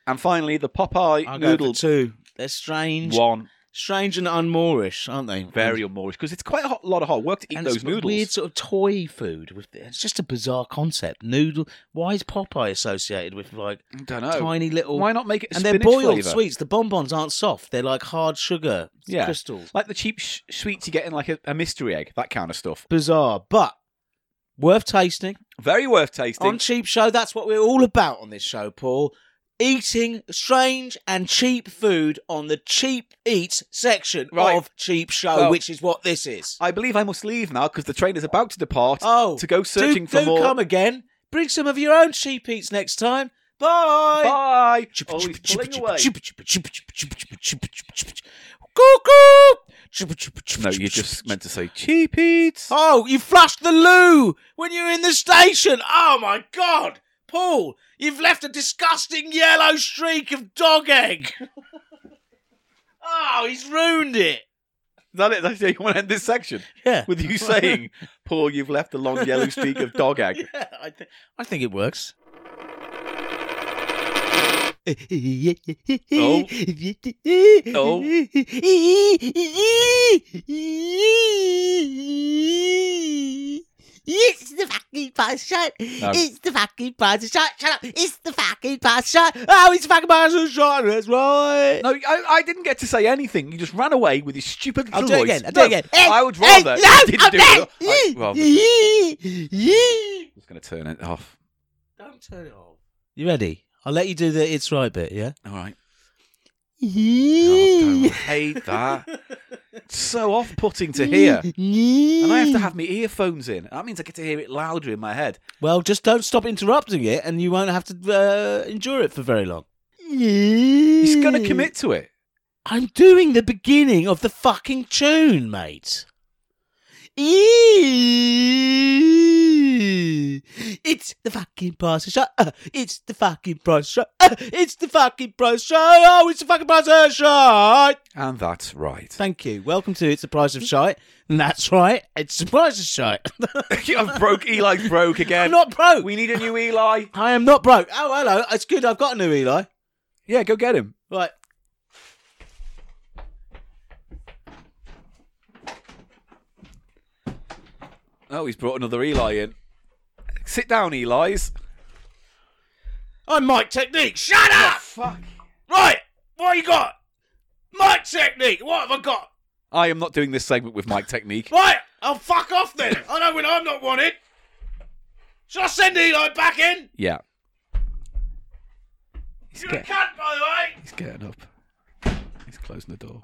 And finally, the Popeye
I'll go
noodle
for two. Mm. They're strange,
one.
strange and unmoorish, aren't they?
Very unmoorish because it's quite a hot, lot of hard work to eat
and
those
it's
noodles.
Weird sort of toy food. With it's just a bizarre concept. Noodle. Why is Popeye associated with like
I don't know.
tiny little?
Why not make it? A
and they're
spinach
boiled
flavour?
sweets. The bonbons aren't soft. They're like hard sugar
Yeah.
crystals.
like the cheap sh- sweets you get in like a, a mystery egg, that kind of stuff.
Bizarre, but worth tasting.
Very worth tasting.
On Cheap Show, that's what we're all about on this show, Paul. Eating strange and cheap food on the cheap eat section
Right.
of Cheap Show,
Well-
which is what this is.
I believe I must leave now because the train is about to depart.
Oh,
to go searching
do,
for
do
more.
come again. Bring some of your own cheap eats next time. Bye.
Bye. Oh, he's pulling away. No,
No,
you just meant to say cheap eats.
Oh, you flushed the loo when you were in the station. Oh my god, Paul, you've left a disgusting yellow streak of dog egg. oh, he's ruined it.
Is that it? That's how you want to end this section
Yeah.
with you saying, "Paul, you've left a long yellow streak of dog egg."
Yeah, I, th- I think it works.
Oh.
It's the fucking pasta shot.
No.
It's the fucking pasta shot. Shut up. It's the fucking pasta shot.
Oh, he's fucking Marshall Sean, that's right.
No, I, I didn't get to say anything. You just ran away with your stupid
I'll
little
do it
voice.
again, I'll do it
No,
again. Hey,
I would
hey,
rather.
no,
you didn't
I'm
do it. I, well, I'm
It's
just going to turn it off.
Don't turn it off. You ready? I'll let you do the it's right bit, yeah?
All right.
the
I hate that. It's so off-putting to hear. And I have to have my earphones in. That means I get to hear it louder in my head.
Well, just don't stop interrupting it and you won't have to uh, endure it for very long.
He's going to commit to it.
I'm doing the beginning of the fucking tune, mate.
fucking pasta shot.
Shut uh, it's the fucking price show. Uh, it's the fucking price show. Oh, it's the fucking price of shite.
And that's right.
Thank you. Welcome to It's the Price of Shite. And that's right, it's the price of shite.
I've broke. Eli's broke again.
I'm not broke.
We need a new Eli.
I am not broke. Oh, hello. It's good. I've got a new Eli.
Yeah, go get him.
Right.
Oh, he's brought another Eli in. Sit down, Eli's.
I'm Mike Technique. Shut up!
Fuck.
Right. What you got? Mike Technique. What have I got?
I am not doing this segment with Mike Technique.
Right, I'll fuck off then. I know when I'm not wanted. Shall I send Eli back in?
Yeah,
You're a cunt, by the way.
he's getting up. He's closing the door.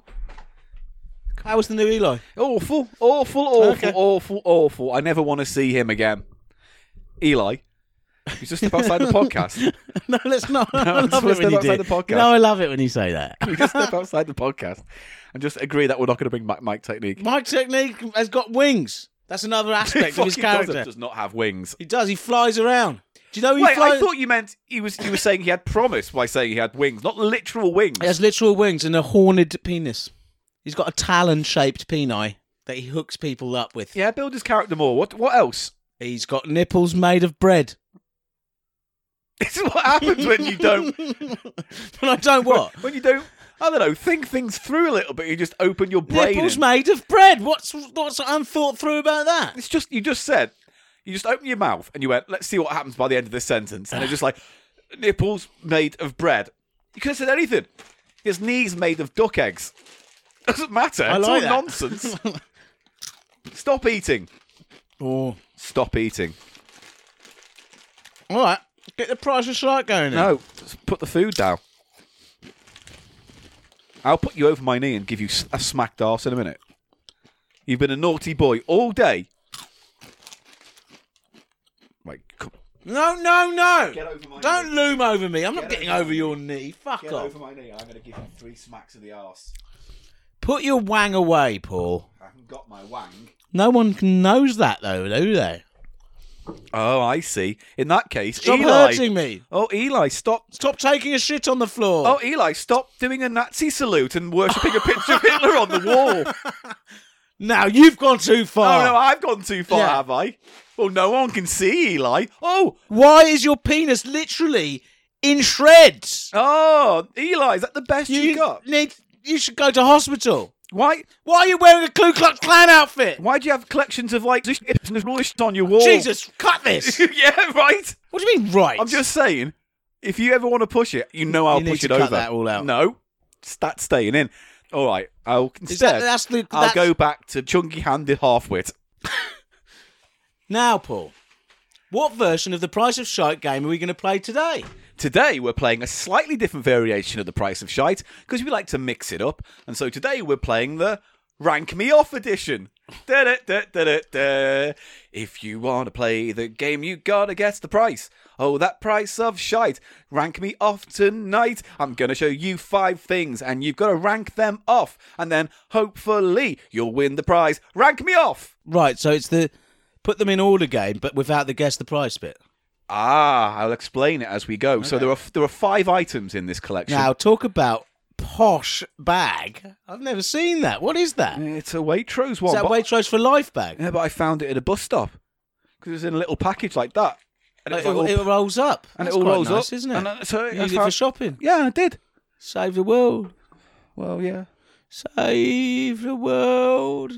How was the new Eli?
Awful, awful, awful,
Okay.
awful, awful. I never want to see him again. Eli, he's just step outside the podcast.
no, let's not.
No,
I
it's
love it
supposed
when
to
you
outside
do.
the podcast.
You know, I love it when you say that.
We just step outside the podcast and just agree that we're not going to bring back Mike Technique.
Mike Technique has got wings. That's another aspect of his
Fucking does-
character.
does not have wings.
He does. He flies around. Do you know he
Wait,
flies?
I thought you meant he was. You were saying he had promise by saying he had wings, not literal wings.
He has literal wings and a horned penis. He's got a talon-shaped peni that he hooks people up with.
Yeah, build his character more. What? What else?
He's got nipples made of bread.
This is what happens when you don't.
But I don't what?
When you don't. I don't know. Think things through a little bit. You just open your brain.
Nipples
and-
made of bread. What's what's unthought through about that?
It's just you just said you just opened your mouth and you went, let's see what happens by the end of this sentence. And it's just like nipples made of bread. You could have said anything. His knees made of duck eggs. Doesn't matter.
I
it's
like
all
that.
nonsense. Stop eating.
Oh,
Stop eating.
all right. Get the price of shite going. then.
No, just put the food down. I'll put you over my knee and give you s- a smacked arse in a minute. You've been a naughty boy all day. Like, come
No, no, no.
Get over my
Don't
knee.
loom over me. I'm not
Get
getting
over
over your knee. Fuck
get
off.
over my knee. I'm going to give you three smacks of the arse.
Put your wang away, Paul.
I haven't got my wang.
No one can knows that though, do they?
Oh, I see. In that case,
Stop
Eli.
hurting me.
Oh, Eli, stop.
Stop taking a shit on the floor.
Oh, Eli, stop doing a Nazi salute and worshipping a picture of Hitler on the wall.
Now you've gone too
Oh,
far.
no, I've gone too far,
Yeah.
have I? Well, no one can see Eli. Oh,
Why is your penis literally in shreds?
oh, Eli, is that the best you, got?
need. You should go to hospital.
Why?
Why are you wearing a Ku Klux Klan outfit?
Why do you have collections of like this on your wall?
Jesus, cut this.
yeah, right.
what do you mean, right?
I'm just saying, if you ever want to push it, you know I'll
You need
push
to
it
cut
over.
that all out.
No, s- that's staying in. All right, I'll
Is
instead.
that, that's the.
I'll
that's-
go back to chunky handed halfwit.
now, Paul. What version of the Price of Shite game are we going to play today?
Today we're playing a slightly different variation of the price of shite because we like to mix it up, and so today we're playing the rank me off edition. Da-da-da-da-da-da. If you want to play the game, you gotta guess the price. Oh, that price of shite. Rank me off tonight. I'm gonna show you five things, and you've gotta rank them off, and then hopefully you'll win the prize. Rank me off.
Right, so it's the put them in order game, but without the guess the price bit.
Ah, I'll explain it as we go. So there are there are five items in this collection.
Now, talk about posh bag. I've never seen that. What is that? Is
It's a Waitrose one.
that
Mm. but,
Waitrose for Life bag?
yeah, but I found it at a bus stop because it was in a little package like that, and
It,
it's like all-
it rolls up.
and it
That's
all
quite
rolls
nice,
up,
isn't it?
And, uh, so
you
I
use it for
found-
shopping.
Yeah, and I did.
Save the world.
Well, yeah.
Save the world.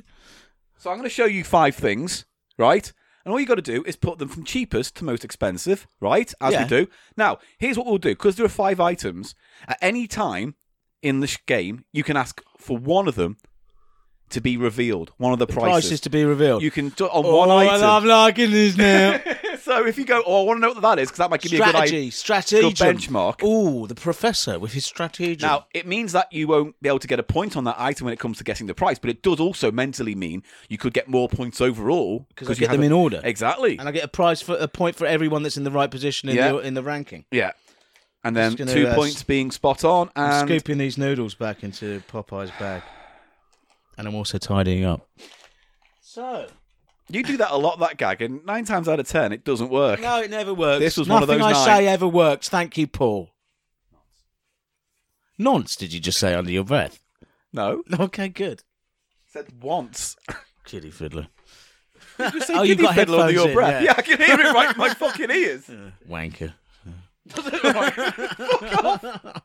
So I'm going to show you five things, right? And all you got to do is put them from cheapest to most expensive, right? As
Yeah.
we do. Now, here's what we'll do because there are five items. At any time in the sh- game, you can ask for one of them to be revealed. One of the, prices.
Prices to be revealed.
you can do it on
oh,
one
I
item.
love liking this now.
so if you go, oh, I want to know what that is because that might give me a good idea.
strategy, strategy,
benchmark.
Oh, the professor with his strategy.
Now, it means that you won't be able to get a point on that item when it comes to guessing the price, but it does also mentally mean you could get more points overall
'Cause I
you
get
have
them
a-
in order.
Exactly.
and I get a prize for a point for everyone that's in the right position in,
Yeah.
the, in the ranking.
yeah. And then
Just gonna,
two
uh,
points
s-
being spot on,
I'm
and
scooping these noodles back into Popeye's bag, and I'm also tidying up. So
you do that a lot. That gag, and nine times out of ten, it doesn't work.
no, it never works.
This was one of
Nothing
those nine.
I say ever works. Thank you, Paul. Nonce, did you just say under your breath?
No,
Okay, good.
said once.
Kitty fiddler,
You say,
Oh, you've
"Kidney
got
fiddle under
headphones
your
in,
breath.
yeah.
I can hear it right in my fucking ears.
wanker.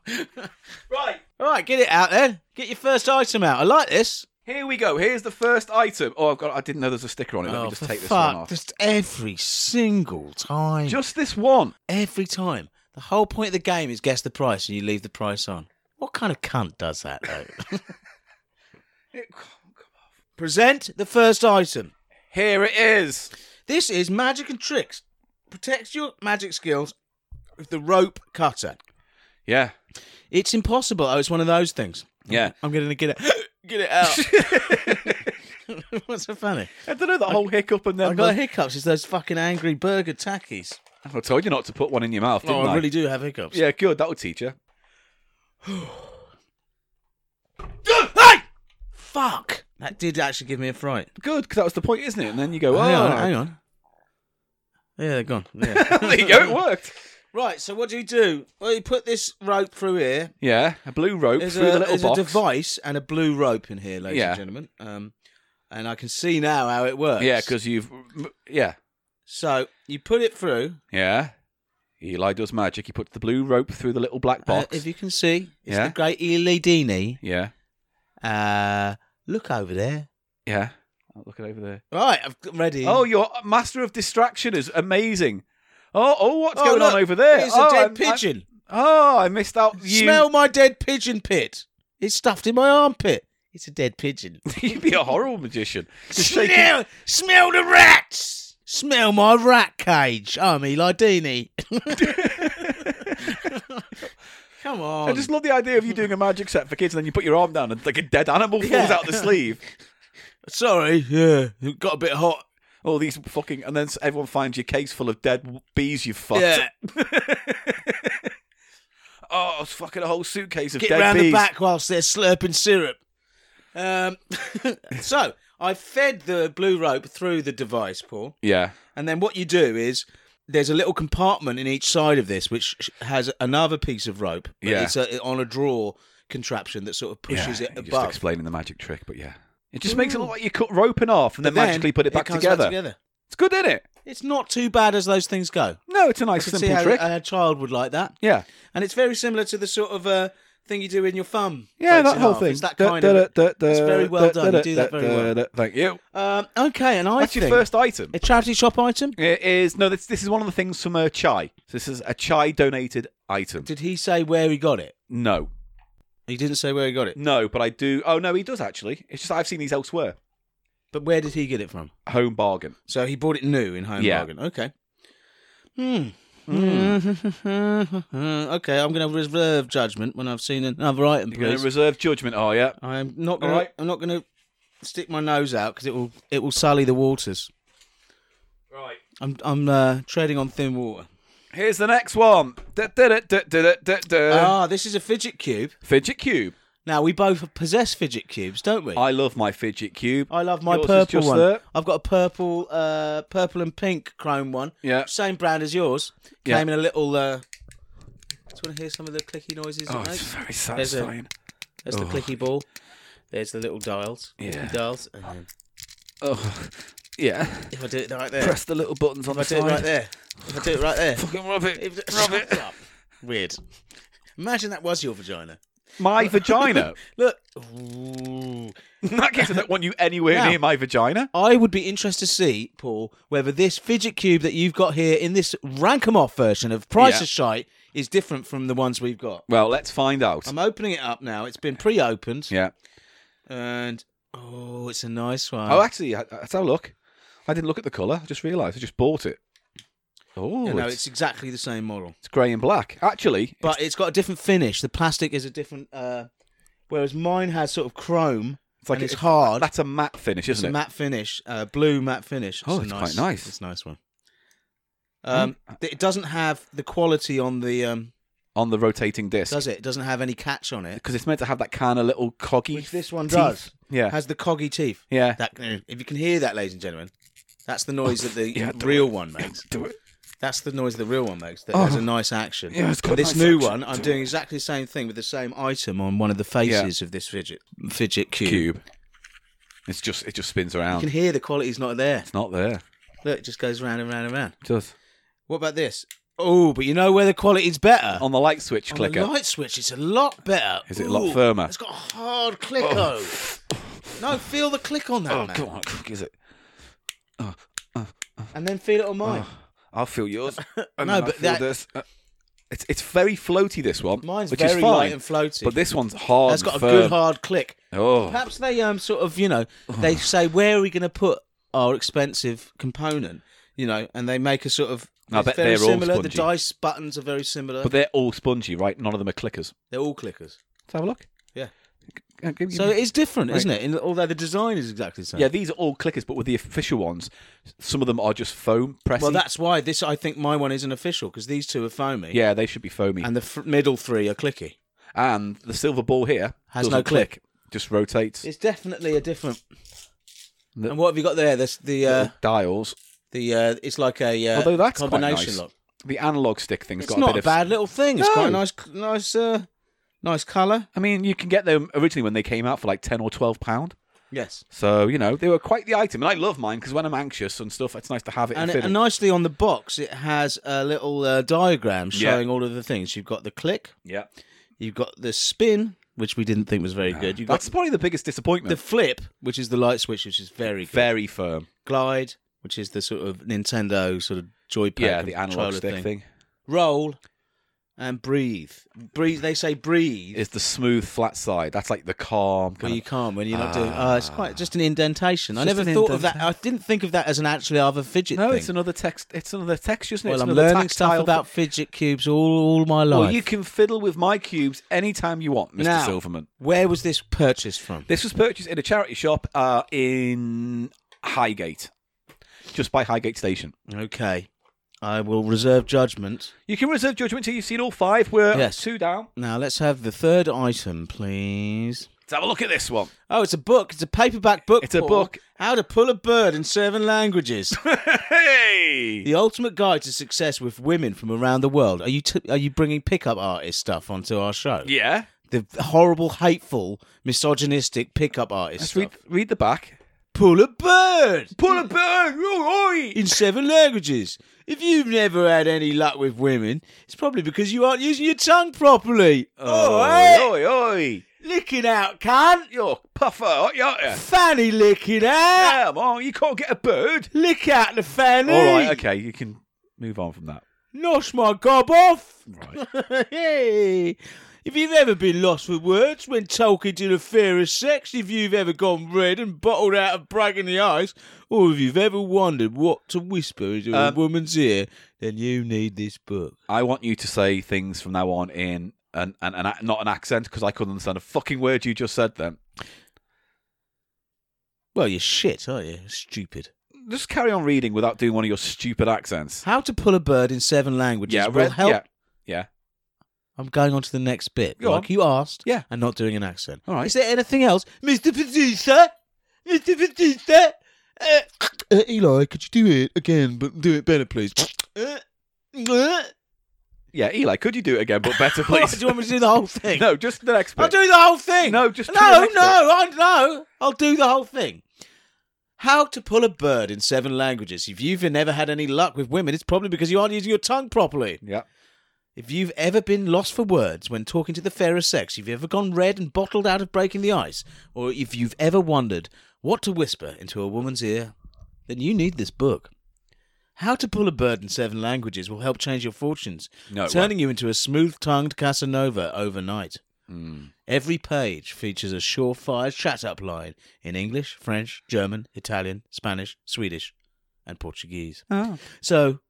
Right,
All right, get it out then. Get your first item out. I like this.
here we go. Here's the first item. Oh, I've got. I didn't know there's a sticker on it. Let
oh,
me just
for
take this
fuck.
one off.
Just every single time.
Just this one.
every time. The whole point of the game is guess the price and you leave the price on. What kind of cunt does that though? Present the first item.
Here it is.
This is magic and tricks. Protects your magic skills with the rope cutter.
Yeah.
It's impossible. Oh, it's one of those things.
Yeah.
I'm going to get it. Get it out. What's so funny?
I don't know that whole hiccup and
I
then.
got hiccups. It's those fucking angry burger tackies.
I told you not to put one in your mouth, didn't
Oh,
I?
I really do have hiccups.
Yeah, good. That would teach you.
hey! Fuck! That did actually give me a fright.
Good, because that was the point, isn't it? And then you go, oh,
hang on, hang on. Yeah, they're gone. Yeah.
there you go. It worked.
right, so what do you do? Well, you put this rope through here.
Yeah, a blue rope
There's, a,
through the little
there's
box.
a device and a blue rope in here, ladies
Yeah.
and gentlemen. Um, and I can see now how it works.
Yeah, because you've. Yeah,
so you put it through.
yeah. Eli does magic. He puts the blue rope through the little black
Uh,
box.
if you can see, it's
Yeah.
the great Eli Dini.
Yeah,
Uh, look over there.
yeah. Oh, Look at over there.
Right, I've got ready.
Oh, your master of distraction is amazing. Oh, oh, what's
Oh,
going
look,
on over there?
It's
oh,
a dead
I'm- I'm-
pigeon.
oh, I missed out. You.
Smell my dead pigeon pit. It's stuffed in my armpit. It's a dead pigeon.
You'd be a horrible magician. Just shaking-
Smell, smell the rats. Smell my Oh, rat cage. I'm Eli Dini. Come on.
I just love the idea of you doing a magic set for kids and then you put your arm down and like a dead animal falls
Yeah.
out the sleeve.
Sorry, yeah, it got a bit hot.
All these fucking, and then everyone finds your case full of dead w- bees you fucked.
Yeah.
Oh, I was fucking a whole suitcase of
Get
dead
round
bees.
the back whilst they're slurping syrup. Um, so I fed the blue rope through the device, Paul.
Yeah,
And then what you do is there's a little compartment in each side of this which sh- has another piece of rope. but
Yeah.
It's a, on a draw contraption that sort of pushes
yeah.
it
you're
above.
Just explaining the magic trick, but yeah, it just makes it look like you cut rope in half and then,
Then
magically put it back
comes
together. It's good, isn't it?
It's not too bad as those things go.
No, it's a nice
I can
simple
see how
trick.
a, a child would like that.
yeah,
And it's very similar to the sort of uh, thing you do in your thumb.
yeah,
breaks
that
in
whole
half.
thing.
It's that
Da-
kind
da-
of.
da- da-
it's very well
da-
done.
da-
You do that
da-
very
da-
well.
da- Thank you.
Um, okay, and I
That's your
think
first item.
a charity shop item.
It is no. This this is one of the things from a chai. This is a chai donated item.
Did he say where he got it?
No,
He didn't say where he got it.
no, but I do. Oh no, he does actually. It's just I've seen these elsewhere.
But where did he get it from?
Home bargain.
So he bought it new in Home
Yeah.
Bargain. Okay. Hmm. okay, I'm going to reserve judgment when I've seen another item,
You're going
please.
to reserve judgment, are you?
I'm not going.
Alright.
to I'm not going to stick my nose out because it will it will sully the waters.
Right.
I'm I'm uh, treading on thin water.
Here's the next one. Da, da, da, da, da, da, da.
ah, this is a fidget cube.
fidget cube.
Now we both possess fidget cubes, don't we?
I love my fidget cube.
I love my
Yours is
purple
just
one.
there.
I've got a purple, uh, purple and pink chrome one.
Yeah.
Same brand as yours. Came
Yeah.
in a little. Uh, just want to hear some of the clicky noises.
Oh, it's
it makes?
very
There's a-
satisfying.
There's the clicky ball. There's the little dials. clicky
Yeah.
Dials. And then
Oh, yeah.
if I do it right there.
Press the little buttons on the
if I do
side.
it right there. If I do it right there.
Fucking rub it.
if, rub it. Up. Weird. Imagine that was your vagina.
My vagina.
Look. Ooh.
In that case, I don't want you anywhere
Now-
near my vagina.
I would be interested to see, Paul, whether this fidget cube that you've got here in this rank 'em off version of Price
Yeah.
is Shite is different from the ones we've got.
Well, let's find out.
I'm opening it up now. It's been pre opened.
Yeah.
And, oh, it's a nice one.
Oh, actually, I- I- let's have a look. I didn't look at the colour. I just realised. I just bought it. Oh,
you know,
it's,
it's exactly the same model,
it's grey and black. Actually,
but it's got a different finish. The plastic is a different, uh, whereas mine has sort of chrome.
It's like
and
a-
it's, hard.
that's a matte finish,
It's
isn't
a
it?
matte finish, uh, blue matte finish.
Oh,
a
it's quite nice.
It's a nice one. Um, th- It doesn't have the quality on the. Um,
on the rotating disc.
does it? It doesn't have any catch on it.
because it's meant to have that kind of little coggy.
Which this one
teeth.
does.
Yeah.
Has the coggy teeth.
yeah.
That if you can hear that, ladies and gentlemen, that's the noise that the
Yeah, do
real one makes.
Do it.
That's the noise the real one makes. That
Oh.
has a nice action.
Yeah, it's got
But this
nice
new
action.
one, I'm doing exactly the same thing with the same item on one of the faces of this fidget fidget cube.
Cube. It's just it just spins
You
around.
can hear the quality's not there.
It's not there.
Look, it just goes round and round and round.
It does.
What about this? Oh, but you know where the quality's better?
On the light switch
On
clicker.
the light switch, it's a lot better.
Is it a lot
Ooh,
firmer?
It's got a hard click, oh. No, feel the click on that,
oh,
man.
come on, click, is it?
And then feel it on mine.
I'll feel yours.
No,
then I'll
but
feel
that-
this. Uh, It's it's very floaty. This one.
Mine's
which
very
is fine,
light and floaty.
But this one's hard.
That's
and
got a
firm.
good hard click.
Oh,
Perhaps they um sort of you know they say where are we going to put our expensive component, you know, and they make a sort of.
I
it's
bet
very
they're all
similar. the
spongy.
dice buttons are very similar.
but they're all spongy, right? None of them are clickers.
they're all clickers.
Let's have a look.
Yeah.
Uh, give-
So
give
it
me-
is different,
Right.
isn't it? In, although the design is exactly the same.
yeah, these are all clickers, but with the official ones, some of them are just foam pressy.
Well, that's why this. I think my one isn't official because these two are foamy.
yeah, they should be foamy.
And the f- middle three are clicky.
and the silver ball here
Has
doesn't
no click.
just rotates
It's definitely a different.
The-
and what have you got there? This the uh,
little dials.
the uh, it's like a uh,
Although that's quite
combination
nice.
lock.
The analog stick thing's
It's
got
not
a
a,
bit of.
bad little thing. It's
No.
quite a nice, nice, uh, nice colour.
I mean, you can get them originally when they came out for like ten or twelve pound.
Yes,
So you know they were quite the item, and I love mine because when I'm anxious and stuff, it's nice to have it.
and,
fit
and
it.
nicely on the box, it has a little uh, diagram
Yeah.
showing all of the things. You've got the click,
yeah,
you've got the spin, which we didn't think was very good. You've got
that's probably the biggest
the
disappointment.
flip, which is the light switch, which is very good.
Very firm.
Glide, which is the sort of Nintendo sort of joypad
Yeah, the analog
controller
stick thing.
Roll, and breathe. Breathe. They say breathe.
It's the smooth, flat side. That's like the calm.
When
Kind
you
of,
can't, when you're not doing. Oh, it's quite just an indentation. I
Ah. Just
never
an
thought of that. I didn't think of that as an actually other fidget.
no,
thing.
it's another text. It's another texture, isn't it?
Well,
It's
I'm
another
learning
tactile
stuff about
thing.
fidget cubes all all my life.
Well, you can fiddle with my cubes anytime you want, Mr.
Now,
Silverman.
Where was this purchased from?
This was purchased in a charity shop uh, in Highgate, just by Highgate Station.
Okay, I will reserve judgment.
You can reserve judgment till you've seen all five. We're
Yes.
two down.
Now let's have the third item, please.
Let's have a look at this one.
Oh, it's a book. It's a paperback book.
It's a
Paul.
book.
How to pull a bird in seven languages.
hey!
the ultimate guide to success with women from around the world. Are you t- are you bringing pickup artist stuff onto our show?
Yeah.
The horrible, hateful, misogynistic pickup artist
Let's
stuff.
read, read the back.
Pull a bird.
Pull a bird! Oi!
in seven languages. If you've never had any luck with women, it's probably because you aren't using your tongue properly. Oh, hey,
oi, oi!
licking out, cunt.
You're puffer, aren't you?
Fanny licking out.
Come on, you can't get a bird.
Lick out the fanny.
All right, okay, you can move on from that.
Nosh my gob off.
Right.
hey. If you've ever been lost for words when talking to the fear of sex, if you've ever gone red and bottled out of bragging the eyes, or if you've ever wondered what to whisper into a
Um,
woman's ear, then you need this book.
I want you to say things from now on in an, an, an ac- not an accent because I couldn't understand a fucking word you just said. Then
Well, you're shit, aren't you? Stupid.
just carry on reading without doing one of your stupid accents.
How to pull a bird in seven languages
Yeah,
will
re-
help.
yeah, yeah.
I'm going on to the next bit,
Go
like
on.
you asked.
Yeah.
and not doing an accent.
All right.
Is there anything else, Mr. Producer? Mr. Producer, uh, uh, Eli, could you do it again, but do it better, please? Uh, uh.
Yeah, Eli, could you do it again, but better, please?
do you want me to do the whole thing?
no, just the next bit.
I'll do the whole thing.
No, just do
no,
the next
no. I no. I'll do the whole thing. How to pull a bird in seven languages? If you've never had any luck with women, it's probably because you aren't using your tongue properly.
Yeah.
If you've ever been lost for words when talking to the fairer sex, if you've ever gone red and bottled out of breaking the ice, or if you've ever wondered what to whisper into a woman's ear, then you need this book. How to Pull a Bird in Seven Languages will help change your fortunes,
No, it
turning you into a smooth tongued Casanova overnight.
Hmm.
Every page features a surefire chat up line in English, French, German, Italian, Spanish, Swedish, and Portuguese. So,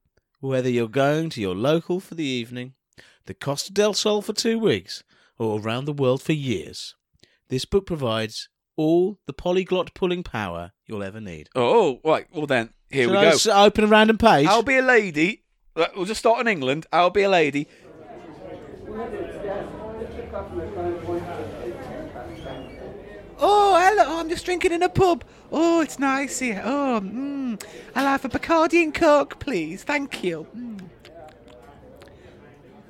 whether you're going to your local for the evening, the Costa del Sol for two weeks, or around the world for years, this book provides all the polyglot pulling power you'll ever need.
Oh, right. Well, then here
Shall
we
I
go.
s- uh, open a random page.
I'll be a lady. Right, We'll just start in England. I'll be a lady. Oh, hello. Oh, I'm just drinking in a pub. Oh, it's nice here. Oh, mm. I'll have a Bacardi and Coke, please. Thank you. Mm.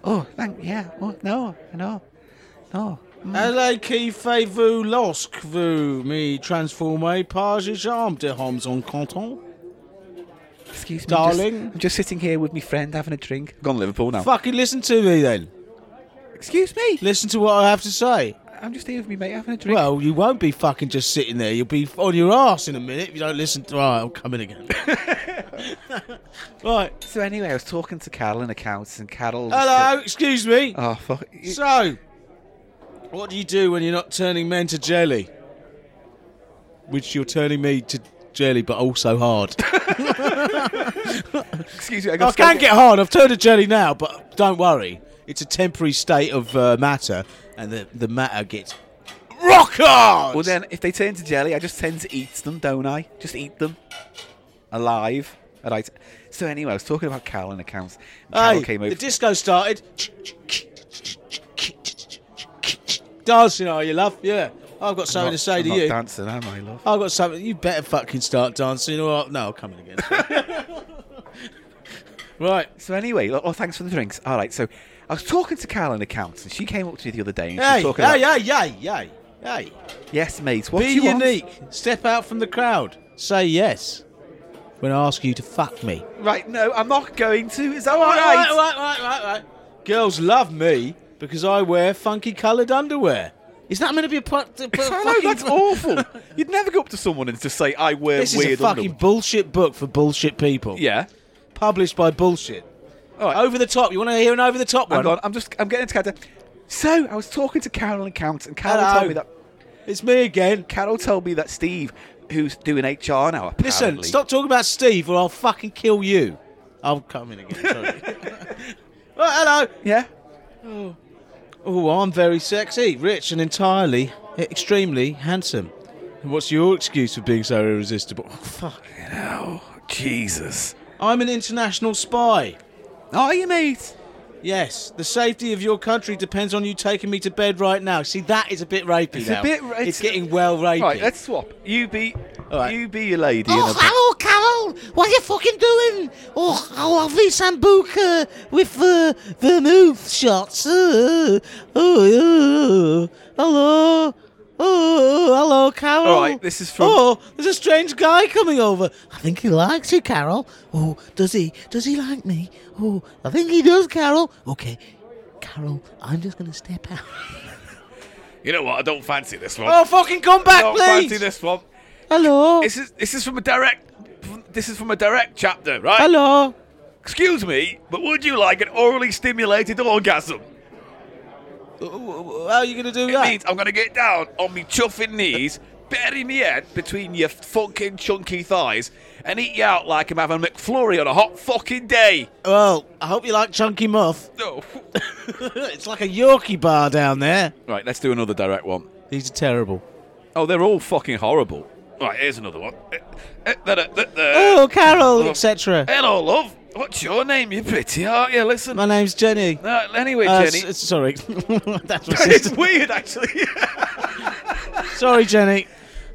Oh, thank yeah. Oh, no, no, no. Mm,
Allez, qui faites-vous lorsque vous me transformez par les charmes de Holmes en canton?
Excuse me,
Darling?
Just, I'm just sitting here with my friend having a drink. Gone Liverpool now.
Fucking listen to me then.
Excuse me.
Listen to what I have to say.
I'm just here with me mate having a drink.
Well, you won't be fucking just sitting there. You'll be on your ass in a minute if you don't listen to. Right, I'm coming again. right.
So anyway, I was talking to Carol in accounts, and Carol.
Hello, excuse me.
Oh fuck!
So, what do you do when you're not turning men to jelly? Which you're turning me to jelly, but also hard.
Excuse me. I,
I
got
can get hard. I've turned to jelly now, but don't worry. It's a temporary state of uh, matter, and the, the matter gets rock hard.
Well, then, if they turn to jelly, I just tend to eat them, don't I? Just eat them alive. All right. So anyway, I was talking about Carol in accounts. and Carol
Hey,
came
the
over.
disco started. Dancing, are you, love? Yeah. I've got something
I'm
to say
I'm
to
not
you.
dancing, am I, love?
I've got something. You better fucking start dancing, or I'll- no, I'll come in again. right.
So anyway, lo- oh, thanks for the drinks. All right. So I was talking to Carol in accounts, and she came up to me the other day, and she
Hey,
was talking
hey,
about,
hey, hey, hey, hey.
yes, mate, what
Be
do you
unique. Step out from the crowd. Say yes when I ask you to fuck me.
want? Right. No, I'm not going to. Is that all
Right,
right?
right, right, right, right, right. Girls love me because I wear funky coloured underwear. Is that meant to be a, pu- a pu-
I
fucking-
know that's awful. You'd never go up to someone and just say, "I wear
This is
weird
a fucking
underwear."
bullshit book for bullshit people.
Yeah.
Published by bullshit.
All right.
Over the top. You want to hear an over the top one?
Hang on, I'm just I'm getting into character. So I was talking to Carol and Counts, and Carol
Hello.
told me that
It's me again.
Carol told me that Steve, who's doing HR now, apparently,
Listen, stop talking about Steve, or I'll fucking kill you. I'll come in again. Sorry. oh, hello.
Yeah,
Oh, I'm very sexy, rich, and entirely, extremely handsome. And what's your excuse for being so irresistible? Oh, fuck.
Jesus.
I'm an international spy.
Are you, mate?
Yes, the safety of your country depends on you taking me to bed right now. See, that is a bit rapey
It's a
now.
bit ra-
It's
it's-
getting well rapey.
Right, let's swap. You be,
All right.
you be your lady.
Oh,
and
hello, Carol. What are you fucking doing? Oh, oh I'll be sambuca with uh, vermouth shots. Uh, oh, yeah. hello. Oh, hello, Carol.
All right, this is from-
Oh, there's a strange guy coming over.
I think he likes you, Carol. Oh, does he? Does he like me? Oh, I think he does, Carol. Okay, Carol, I'm just going to step out.
you know what? I don't fancy this one.
Oh, fucking come
I
back,
don't
please!
fancy this one.
Hello.
This is this is from a direct. This is from a direct chapter, right?
Hello.
Excuse me, but would you like an orally stimulated orgasm?
Oh, How are you going to do
It
that?
means I'm gonna get down on me chuffing knees, bury me head between your fucking chunky thighs, and eat you out like I'm having McFlurry on a hot fucking day.
Well, I hope you like Chunky Muff.
Oh.
it's like a Yorkie bar down there.
right, let's do another direct one.
These are terrible.
Oh, they're all fucking horrible. Right, here's another one. Uh, uh, uh, uh, uh,
Oh, Carol,
Oh.
etc.
Hello, love. What's your name? You pretty, aren't you? Listen.
My name's Jenny.
Uh, anyway,
Uh,
Jenny.
s- sorry, that's my
it's
sister.
weird, actually.
sorry, Jenny.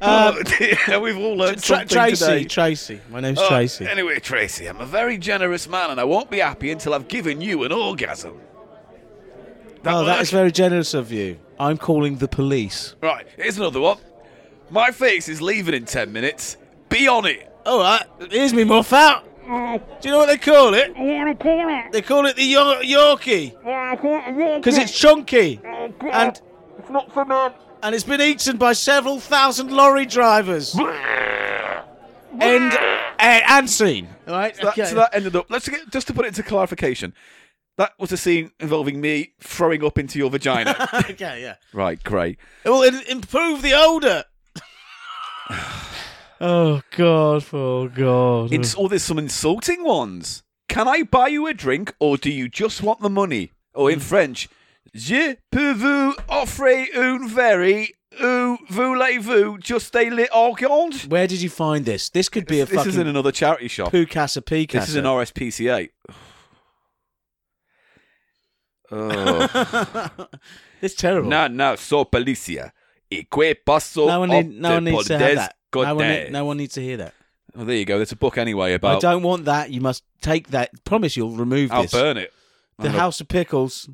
Um,
oh, dear. We've all learned
Tra-
something
Tracy,
today.
Tracy. My name's
Oh,
Tracy.
Anyway, Tracy, I'm a very generous man, and I won't be happy until I've given you an orgasm.
oh, that
work?
is very generous of you. I'm calling the police.
Right, here's another one. My face is leaving in ten minutes. Be on it.
All right, here's me muff out. Do you know what they call it? They call it the Yor- Yorkie because it's chunky and
It's not for men.
and it's been eaten by several thousand lorry drivers. End and, uh, and scene. All right.
That,
okay.
So that ended up. Let's get just to put it into clarification. That was a scene involving me throwing up into your vagina.
okay. Yeah.
right, great.
It will in- improve the odor. oh God! Oh God!
Ins- oh, there's some insulting ones. Can I buy you a drink, or do you just want the money? Or
Mm.
in French, je peux vous offrir une verre ou voulez-vous just a little orange?
Where did you find this? This could be a
This
fucking
is in another charity shop.
poo casa pee
This is an
casa.
RSPCA. oh.
it's terrible.
No, no, so policia. E que passo
no one, need, no one
opte
needs to
por
have that. No one,
descote.
need, no one needs to hear that.
Well, there you go. There's a book anyway
I
about.
don't want that. You must take that. Promise you'll remove
I'll
this.
burn it.
The
I'm gonna-
House of Pickles.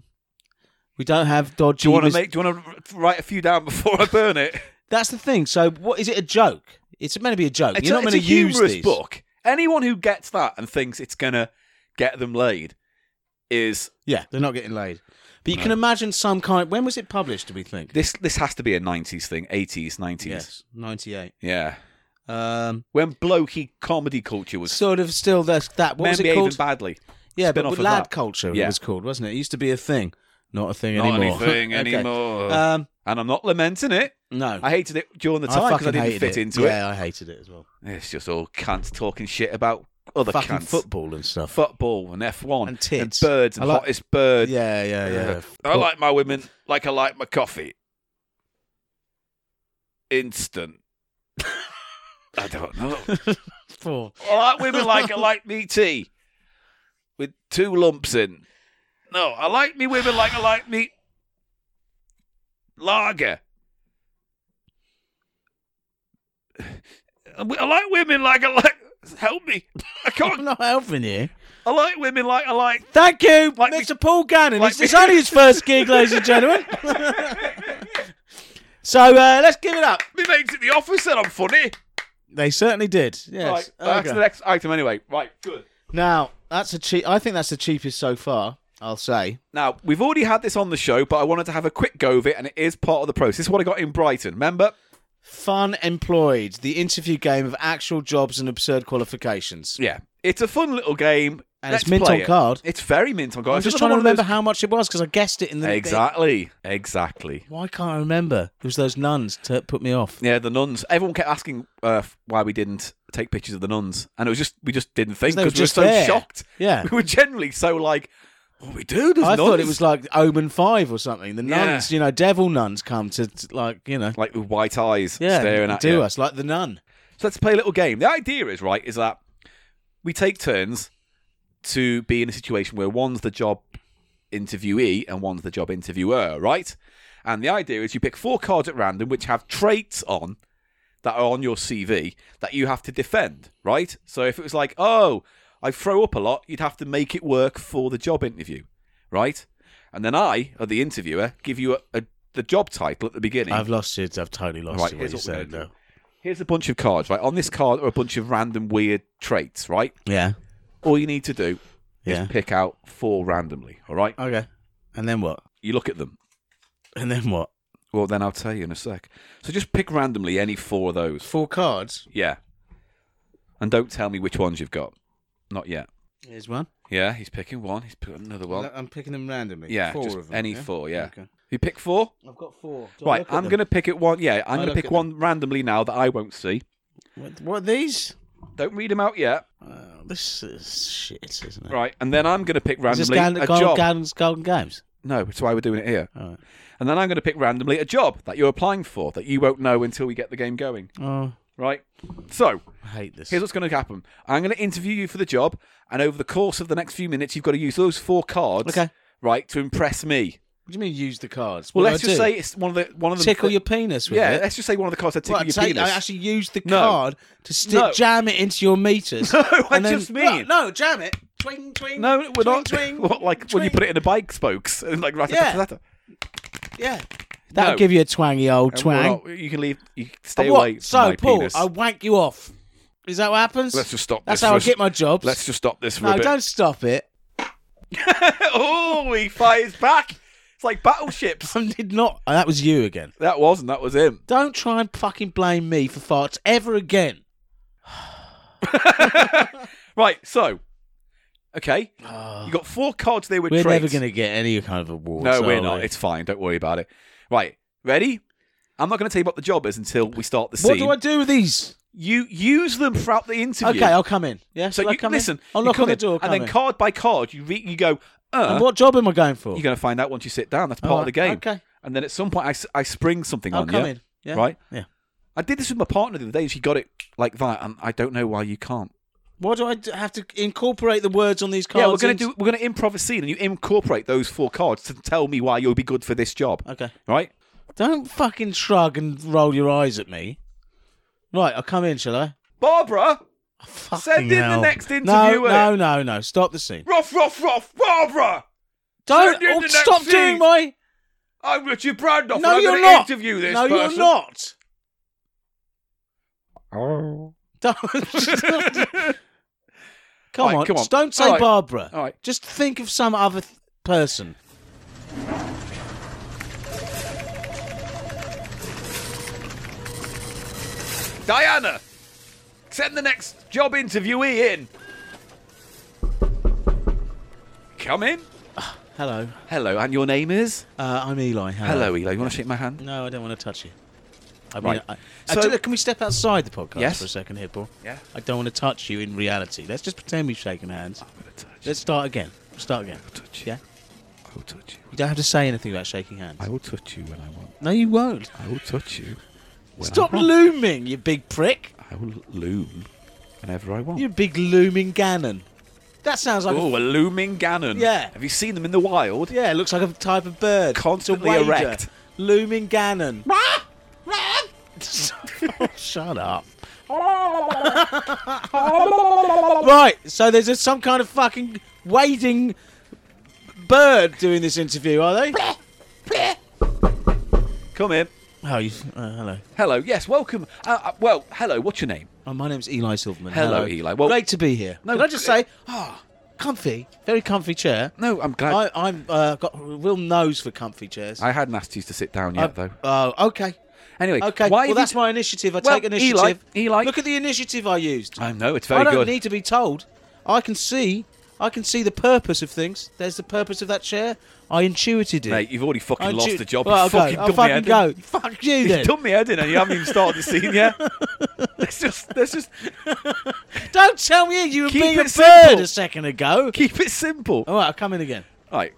We don't have dodgy.
Do you want to
mis-
make? Do you want to write a few down before I burn it?
That's the thing. So, what is it? A joke? It's meant to be a joke.
It's
You're
a,
not
it's a
meant to use
humorous
these.
book. Anyone who gets that and thinks it's gonna get them laid is
Yeah, they're not getting laid. But you can imagine some kind. When was it published? Do we think?
this. This has to be a '90s thing, '80s, '90s.
Yes, ninety-eight.
Yeah,
Um,
when blokey comedy culture was.
sort of still that's that. What
men
was it
behaving
called?
badly.
yeah, but
spin-off
with
of
lad
that.
culture it
Yeah.
was called, wasn't it? It used to be a thing, not a thing
Not
anymore.
anything
Okay.
anymore.
Um,
and I'm not lamenting it.
no,
I hated it during the
I
time because I
fucking
didn't
hated
fit
it.
into
yeah, I hated it as well.
it. It's just all cunts talking shit about other
Fucking
cunts.
football and stuff.
Football and F1
And tits.
birds and
I like-
hottest bird.
yeah, yeah, yeah.
I like my women like I like my coffee. Instant. I don't know.
Football.
I like women like I like me tea with two lumps in. No, I like me women like I like me lager. I like women like I like. Help me! I
I'm
can't.
not helping you.
I like women like I like.
Thank you,
Like
Mr. Paul Gannon.
like
it's,
me-
it's only his first gig, ladies and gentlemen. so uh, let's give it up.
Me mates at the office said I'm funny.
They certainly did. Yes. Oh,
Right, back to
Okay.
the next item anyway. Right, good.
Now that's a cheap. I think that's the cheapest so far. I'll say.
Now, we've already had this on the show, but I wanted to have a quick go of it, and it is part of the process. This is what I got in Brighton, remember?
Fun Employed, the interview game of actual jobs and absurd qualifications.
Yeah. It's a fun little game.
and
Let's
it's mint
play
on
it.
card.
It's very mint on card.
I'm
It's
just
another
trying to
one of
remember
those-
how much it was because I guessed it in the thing.
Exactly. Exactly.
Why can't I remember? It was those nuns that put me off.
Yeah, the nuns. Everyone kept asking uh, f- why we didn't take pictures of the nuns, and it was just we just didn't think
They were
because we were
just
so
there.
shocked.
Yeah.
we were generally so like, what do we do? There's
I
nuns.
thought it was like Omen Five or something. The
Yeah.
nuns, you know, devil nuns come to t- like you know,
like with white eyes
yeah,
staring at
do
you.
us like the nun.
So let's play a little game. The idea is right is that we take turns to be in a situation where one's the job interviewee and one's the job interviewer, right? And the idea is you pick four cards at random which have traits on that are on your CV that you have to defend, right? So if it was like, oh, I throw up a lot, you'd have to make it work for the job interview, right? And then I, or the interviewer, give you a, a, the job title at the beginning.
I've lost it. I've totally lost
Right,
it. What
here's
you
what we're
said
gonna
though.
do. Here's a bunch of cards, right? On this card are a bunch of random weird traits, right?
Yeah,
All you need to do
yeah.
is pick out four randomly, all right?
Okay. And then what?
You look at them.
And then what?
Well, then I'll tell you in a sec. So just pick randomly any four of those.
Four cards.
Yeah. And don't tell me which ones you've got. Not yet.
Here's one.
Yeah, he's picking one. He's picking another one.
I'm picking them randomly.
yeah,
four
just
of them.
any
yeah?
four, yeah.
Okay.
You pick four?
I've got four.
right, I'm going to pick it one. Yeah, I'm
I
going to
look
pick
at
one randomly now that I won't see.
What, what are these?
Don't read them out yet.
Uh, this is shit, isn't it?
Right, and then I'm going to pick
Is this
randomly
Golden,
a
Golden,
job.
Golden, Golden Games?
No, that's why we're doing it here.
All right.
And then I'm going to pick randomly a job that you're applying for that you won't know until we get the game going,
Oh,
right? So,
I hate this.
here's what's going to happen. I'm going to interview you for the job, and over the course of the next few minutes, you've got to use those four cards,
Okay.
right, to impress me.
What do you mean use the cards?
Well,
What
let's
do I
just
do?
say it's one of the one of the
tickle your penis with
yeah.
it.
Let's just say one of the cards that tickle
Well,
your
take-
penis.
I actually used the
No.
card to stick
No.
jam it into your meters.
No, I
and then-
just mean-
no, no, jam it. Twing twing.
no, we're
twing,
not.
Twing,
what, like when you
twing.
put it in a bike spokes and like right
Yeah.
after
Yeah, that'll
No.
give you a twangy old twang.
that. You can leave. You can stay
what?
away. from
so,
my
Paul,
penis.
I wank you off. Is that what happens?
Let's just stop.
That's
this
how
for
I
a s-
get my jobs.
Let's just stop this for
no,
a bit.
don't stop it.
oh, he fires back. It's like battleships.
I did not. Oh, that was you again.
That wasn't. That was him.
Don't try and fucking blame me for farts ever again.
Right. So, okay, you got four cards. They were.
We're
traits.
never going to get any kind of awards.
No, we're
are
not.
we?
It's fine. Don't worry about it. Right. Ready? I'm not going to tell you what the job is until we start the
What
scene.
do I do with these?
You use them throughout the interview.
Okay, I'll come in. Yeah,
so
shall I
you
come in?
listen.
I'll
you
knock
come
on the
in,
door.
and
come
then
in.
card by card, you re- you go. Uh,
And what job am I going for?
You're going to find out once you sit down. That's part of
Alright,
the game.
Okay,
And then at some point, I, s- I spring something
I'll
on
come
you.
in. Yeah.
Right.
Yeah.
I did this with my partner the other day. She got it like that, and I don't know why you can't.
Why do I d- have to incorporate the words on these cards?
yeah, we're gonna
into-
do we're gonna improv a scene, and you incorporate those four cards to tell me why you'll be good for this job.
Okay.
Right?
Don't fucking shrug and roll your eyes at me. Right, I'll come in, shall I?
Barbara,
Fucking
Send in the
hell.
next
No,
interviewer.
no, no, no. Stop the scene.
rough, rough, rough, Barbara.
Don't
Send in
oh,
the next
stop
scene.
doing my.
I'm Richard Brandoff.
no,
and I'm
you're
gonna
not.
Interview this
no,
person.
you're not.
Oh.
Don't. come,
Right,
on.
come on.
Don't say
All right.
Barbara.
All right.
Just think of some other th- person.
Diana, send the next job interviewee in. Come in.
Hello.
Hello, and your name is?
Uh, I'm Eli. Hello.
Hello, Eli. You want to shake my hand?
No, I don't want to touch you. I mean,
Right.
I,
So-
so, can we step outside the podcast
Yes.
for a second here, Paul?
Yeah.
I don't want to touch you in reality. Let's just pretend we've shaken hands. Let's start again. Start again.
touch
Yeah.
I will touch you.
You don't have to say anything about shaking hands.
I will touch you when I want.
No, you won't.
I will touch you. When
Stop
I, want.
looming, you big prick.
I will loom whenever I want.
You big looming Gannon. That sounds like
Oh,
a,
a looming Gannon.
Yeah.
Have you seen them in the wild?
yeah, it looks like a type of bird.
Constantly
It's a wader.
erect.
Looming Gannon. Shut up. right, so there's a, some kind of fucking wading bird doing this interview, are they?
Come in.
Oh, you, uh, hello.
Hello. Yes, welcome. Uh, uh, well, hello. What's your name?
Oh, my name's Eli Silverman.
Hello, Eli. Well-
great to be here.
No,
Can I just say, ah, comfy, very comfy chair.
No, I'm glad.
I, I'm uh, got a real nose for comfy chairs.
I hadn't asked you to sit down yet, though.
Oh, okay.
Anyway,
Okay,
why
well,
have
that's
you...
my initiative. I
Well,
take initiative.
Eli, Eli-
Look at the initiative I used.
I know it's very
I don't
good.
need to be told. I can see I can see the purpose of things. There's the purpose of that chair. I intuited it.
Mate, you've already fucking
I
lost
intu-
the job.
Well,
You've
I'll
fucking
go. I'll
done me, Adam.
fucking go. Fuck you then.
You've done me head in and you haven't even started the scene yet. Let's just, let's just
Don't tell me you were
Keep
being a
it simple.
bird a second ago.
keep it simple.
All right, I'll come in again.
Right.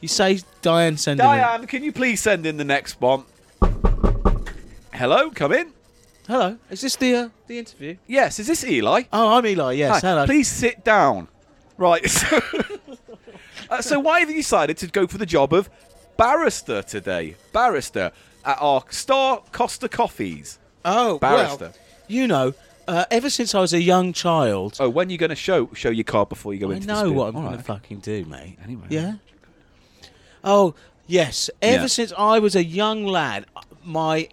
You say Diane send it in.
Diane, can you please send in the next one? Hello, come in.
Hello, is this the uh, the interview?
Yes, is this Eli?
Oh, I'm Eli. Yes,
Hi,
hello.
Please sit down. Right. So, Uh, so why have you decided to go for the job of barrister today? Barrister at our Star Costa Coffees.
Oh,
Barrister.
Well, you know, uh, ever since I was a young child,
Oh, when are you going to show show your card before you go
I
into
know
the
what I'm going to
right.
fucking do, mate.
Anyway.
Yeah. Oh yes, ever
Yeah.
since I was a young lad, my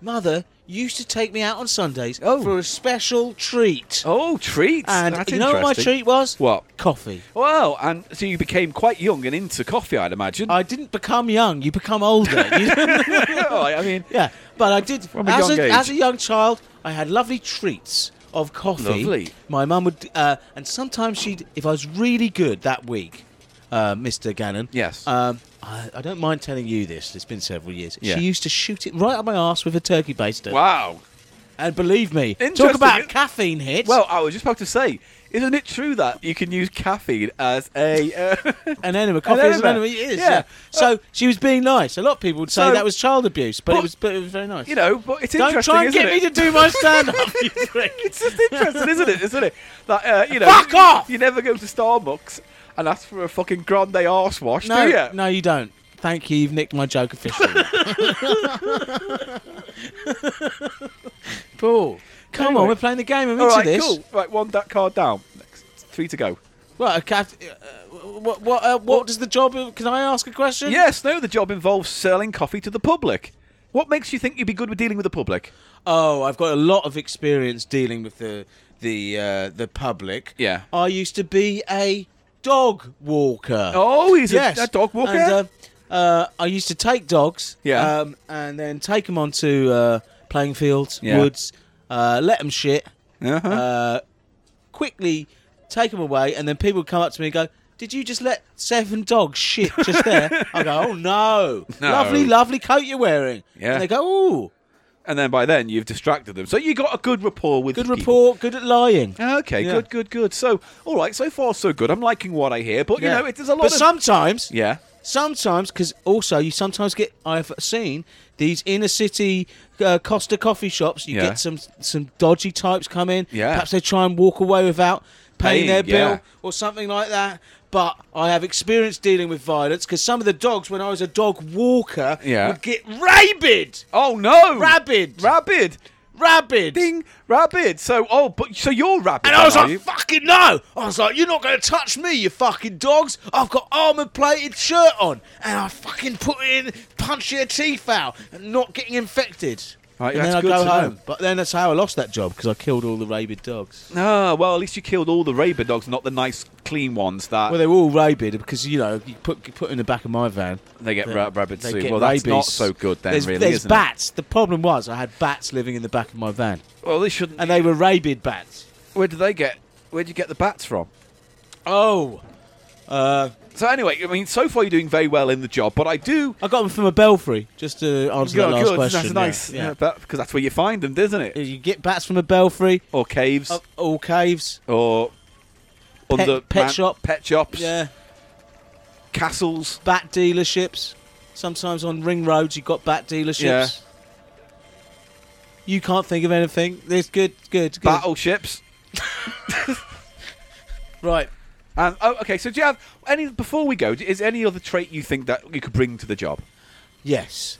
mother used to take me out on Sundays
Oh.
for a special treat.
Oh, treats.
and
That's
you know what my
interesting.
treat was?
What?
Coffee.
Well, and so you became quite young and into coffee, I'd imagine.
I didn't become young. You become older. You-
Oh, I mean,
Yeah, but I did.
a
as,
young
a,
age.
as a young child, I had lovely treats of coffee.
Lovely.
My mum would, uh, and sometimes she'd, if I was really good that week, uh, Mr. Gannon.
Yes.
Um, I, I don't mind telling you this. It's been several years.
Yeah.
She used to shoot it right up my arse with a turkey baster.
wow.
And believe me, talk
Interesting.
about caffeine hits.
Well, I was just about to say, isn't it true that you can use caffeine as a uh,
an enema. Coffee is an
enema.
enema. It is.
Yeah.
Yeah. So she was being nice. A lot of people would say
So-
that was child abuse, but,
But-
it was. But it was very nice.
you know? But it's
don't
interesting,
try and
isn't
get
it?
me to do my stand-up. you prick.
It's just interesting, isn't it? Isn't it? That uh, you know,
Fuck off!
You never go to Starbucks and ask for a fucking grande arse wash,
No,
do you?
no, you don't. Thank you. You've nicked my joke officially. Paul, come
Anyway.
on. We're playing the game. I'm
All
into
right,
this.
cool. Right, one that card down. Next, three to go.
Right, okay, uh, what, what, uh, what does the job? Can I ask a question?
Yes, no. The job involves selling coffee to the public. What makes you think you'd be good with dealing with the public?
Oh, I've got a lot of experience dealing with the the uh, the public.
Yeah.
I used to be a dog walker.
Oh, he's a-
yes,
a, dog walker.
And, uh, uh, I used to take dogs,
Yeah.
um, and then take them onto uh, playing fields,
Yeah.
woods, uh, let them shit,
Uh-huh.
uh, quickly take them away, and then people would come up to me and go, "Did you just let seven dogs shit just there?" I go, "Oh no.
No.
lovely, lovely coat you're wearing."
Yeah.
and they go, "Oh,
and then by then you've distracted them, so you got a good rapport with
good
the people.
report, good at lying."
Okay,
Yeah.
good, good, good. So, all right, so far so good. I'm liking what I hear, but you know, it, there's a lot
But
of
sometimes,
yeah.
sometimes because also you sometimes get i've seen these inner city uh, costa coffee shops you
Yeah.
get some some dodgy types come in
Yeah.
perhaps they try and walk away without paying
Paying,
their bill
yeah.
or something like that but I have experience dealing with violence because some of the dogs, when I was a dog walker,
Yeah.
would get rabid,
Oh no,
rabid,
rabid,
rabid.
ding, rabid. So, oh, but so you're rabid.
And I was
then, are
like,
you?
fucking no. I was like, you're not going to touch me, you fucking dogs. I've got armor plated shirt on. And I fucking put in, punch your teeth out, and not getting infected.
Right,
and
that's
then I
good
go
to
home.
know.
But then that's how I lost that job because I killed all the rabid dogs.
Ah, well, at least you killed all the rabid dogs, not the nice, clean ones that
Well, they were all rabid because, you know, you put, you put in the back of my van.
they get ra- rabid
they
soon.
get
Well, that's not
rabies.
so good then,
there's
really,
there's
isn't
bats. The problem was I had bats living in the back of my van.
it? Well, they shouldn't.
And they were rabid bats.
where do they get? Where do you get the bats from?
Oh. Uh,
So anyway, I mean, so far you're doing very well in the job, but I do.
I got them from a belfry, just to answer that
Yeah,
last
good,
question.
That's
yeah,
nice,
yeah.
yeah, that- because that's where you find them, doesn't it?
You get bats from a belfry,
Or caves,
up all caves.
or under
pet
man-
shop.
pet shops,
Yeah,
castles.
bat dealerships. Sometimes on ring roads, you've got bat dealerships.
Yeah.
You can't think of anything. There's good, good, good.
battleships.
Right.
And oh, okay. So do you have any before we go? Is there any other trait you think that you could bring to the job?
Yes.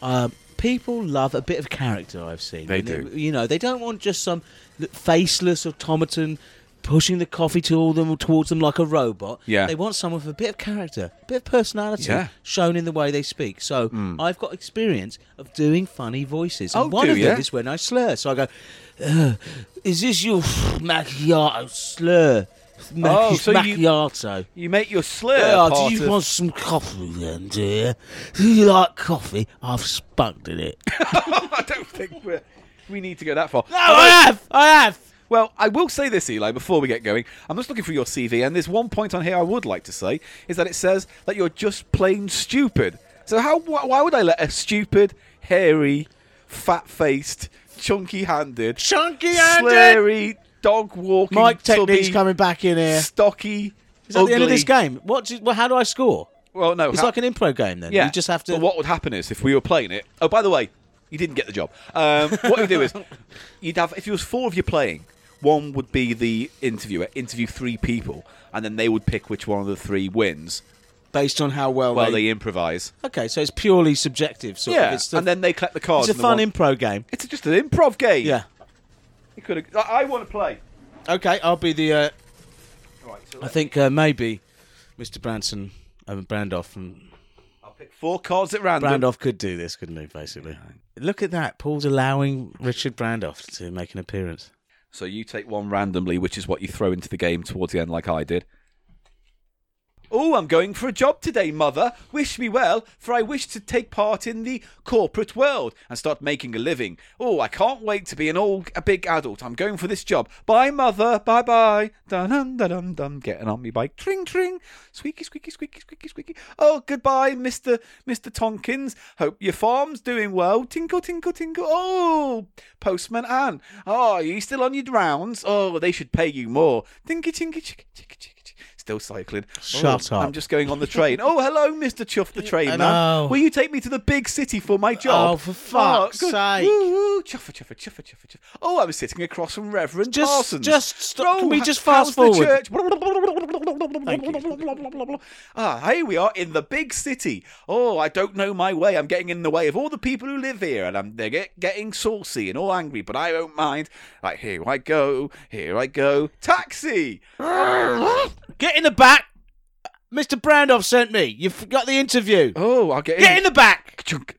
Um, people love a bit of character, I've seen.
They
And
do.
you know, they don't want just some l- faceless automaton pushing the coffee to all them towards them like a robot.
Yeah.
They want someone with a bit of character, a bit of personality
Yeah. Hmm.
shown in the way they speak. So I've got experience of doing funny voices.
Oh,
And one
do
of them
ya?
is when I slur. So I go, "Uh, is this your macchiato slur? Mac-
Oh, so you-
macchiato.
You make your slur.
Yeah,
part
do you
of-
want some coffee then, dear? Do you like coffee? I've spunked in it.
Oh,
I don't think we're, we need to go that far.
No, I have! I have!
Well, I will say this, Eli, before we get going. I'm just looking through your CV, and there's one point on here I would like to say is that it says that you're just plain stupid. So how wh- why would I let a stupid, hairy, fat-faced, chunky-handed,
Chunky-handed!
slurry, dog-walking,
Mike technique's
tubby,
coming back in here. Is
stocky,
that the end of
ugly-
this game? What? Do, well, how do I score?
Well, no,
It's
ha-
like an improv game then. You just have to.
But what would happen is if we were playing it. Oh, by the way, you didn't get the job. Um, what you do is you'd have if it was four of you playing. One would be the interviewer, interview three people, and then they would pick which one of the three wins.
Based on how well,
Well,
they.
they improvise.
Okay, so it's purely subjective. Sort of.
Yeah,
It's the-
and then they collect the
it's
cards.
a
and the
fun
one-
improv game.
it's just an improv game.
Yeah.
You could've- I, I want to play.
Okay, I'll be the. Uh,
Right, so
I think uh, maybe Mr. Branson um, Brandoff from
I'll pick four cards at random.
Brandoff could do this, couldn't he? Basically, look at that. Paul's allowing Richard Brandoff to make an appearance.
So you take one randomly, which is what you throw into the game towards the end, like I did. Oh, I'm going for a job today, mother. Wish me well, for I wish to take part in the corporate world and start making a living. Oh, I can't wait to be an old, a big adult. I'm going for this job. Bye, mother. Bye, bye. Dun dun dun dun dun. Getting on me bike. Tring tring. Squeaky squeaky squeaky squeaky squeaky. Oh, goodbye, Mister Mister Tonkins. Hope your farm's doing well. Tinkle tinkle tinkle. Oh, postman Anne. Oh, are you still on your rounds? Oh, they should pay you more. Tinky tinky chicka chicka chicka. chicka. Still cycling.
Shut
Oh,
up.
I'm just going on the train. Oh, hello, Mr. Chuff the train man.
Hello.
Will you take me to the big city for my job?
Oh, for fuck's
good.
sake.
Woo, woo. Chuffa, chuffa, chuffa, chuffa, chuffa. Oh, I'm sitting across from Reverend
Just-
Parsons.
just stop. Can we
ho-
just fast
how's
forward?
The church? Ah, here we are in the big city. Oh, I don't know my way. I'm getting in the way of all the people who live here, and I'm they're get, getting saucy and all angry. But I don't mind. Right here I go. Here I go. Taxi.
Get in the back. Mr. Brandoff sent me. You've got the interview.
Oh, I'll get in.
Get in the back.
Chunk.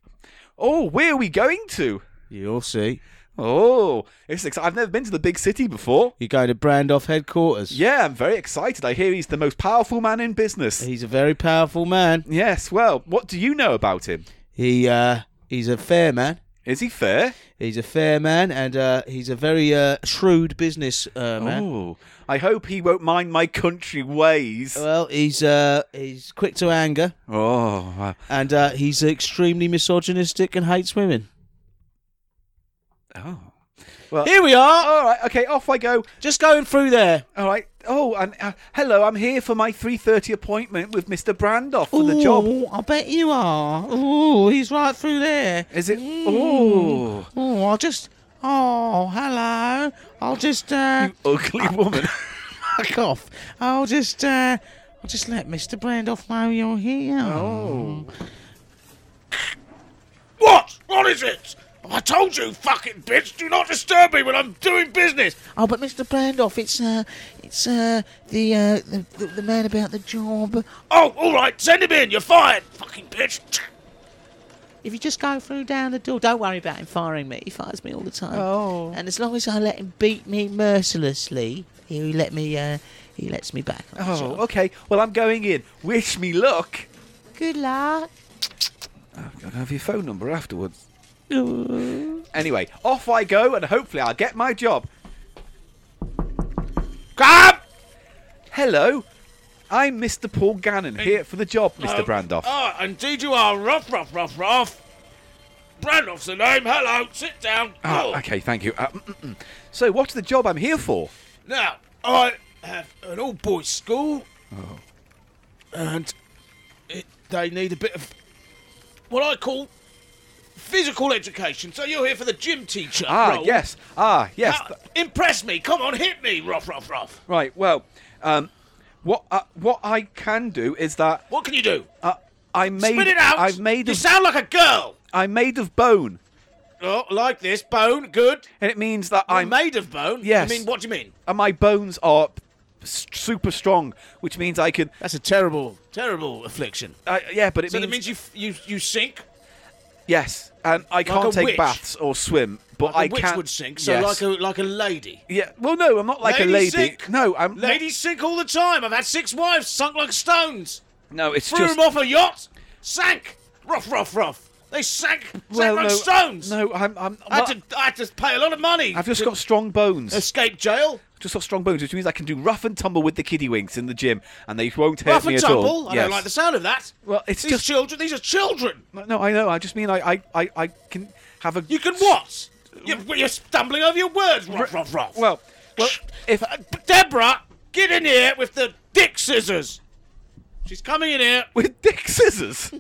Oh, where are we going to?
You'll see.
Oh, it's exci- I've never been to the big city before.
You go to Brandoff headquarters.
Yeah, I'm very excited. I hear he's the most powerful man in business.
He's a very powerful man.
Yes, well, what do you know about him?
He uh, he's a fair man.
Is he fair?
He's a fair man, and uh, he's a very uh, shrewd business uh, man.
Oh, I hope he won't mind my country ways.
Well, he's uh, he's quick to anger,
Oh, wow.
and uh, he's extremely misogynistic and hates women.
oh.
Here we are,
All right, okay, off I go.
just going through there.
All right. Oh, and uh, hello, I'm here for my 3:30 appointment with Mr. Brandoff for the job.
Ooh, I bet you are. Ooh, he's right through there.
Is it? Oh,
Ooh, I'll just. Oh, hello. I'll just. Uh,
Ah.
ugly woman.
fuck off. I'll just. Uh, I'll just let Mr. Brandoff know you're here. Oh.
What? What is it? I told you, fucking bitch, do not disturb me when I'm doing business.
Oh, but Mr. Brandoff, it's uh, it's uh, the uh, the, the, the man about the job.
Oh, all right, send him in. You're fired, fucking bitch.
If you just go through down the door, don't worry about him firing me. He fires me all the time. Oh. And as long as I let him beat me mercilessly, he let me. Uh, he lets me back. On the
Oh,
job.
okay. Well, I'm going in. Wish me luck.
Good luck.
I've got to have your phone number afterwards. Anyway, off I go, and hopefully I'll get my job. Grab! Hello, I'm Mr. Paul Gannon here for the job, Um, Mr. Brandoff.
Oh, indeed you are. Ruff, ruff, ruff, ruff. Brandoff's the name. Hello, sit down.
Ah, okay, thank you. Uh, mm, mm, mm. so, what's the job I'm here for?
Now, I have an all boys school, Oh. and it, they need a bit of what I call physical education. So you're here for the gym teacher.
Ah,
role.
yes. Ah, yes.
Now,
th-
impress me. Come on, hit me. Ruff, ruff, ruff.
right. Well, um, what uh, what I can do is that
What can you do?
uh, I made
Spit it out.
I've made
You
of,
sound like a girl.
I'm made of bone,
Oh, like this bone. Good.
and it means that
I'm
I'm
made of bone.
Yes.
I mean, what do you mean?
and my bones are s- super strong, which means I can.
That's a terrible, terrible affliction.
I yeah, but it
So
means,
that means you f- you you sink
yes, and I can't
a
take
witch.
baths or swim, but
The
I
witch
can.
would sink, so
yes.
like a like a lady.
yeah. Well, no, I'm not like a lady.
Ladies sink.
No, I'm not-
Ladies sink all the time. I've had six wives, sunk like stones.
No, it's
Threw
just.
them off a yacht, sank. Rough, rough, rough. They sank, sank
Well,
like
no,
stones.
No, I'm. I'm
I, had to, I had to pay a lot of money.
I've just
to
got strong bones.
escape jail.
just got strong bones, which means I can do rough and tumble with the kiddie winks in the gym, and they won't hurt
Rough
me
and
at
tumble.
all.
I
Yes.
don't like the sound of that.
Well, it's
these
just-
children. These are children.
No, I know. I just mean I, I, I, I can have a.
You can what? You're, you're stumbling over your words. Ruff, ruff, ruff.
Well, well, if
Uh, Deborah, get in here with the dick scissors. She's coming in here,
with dick scissors,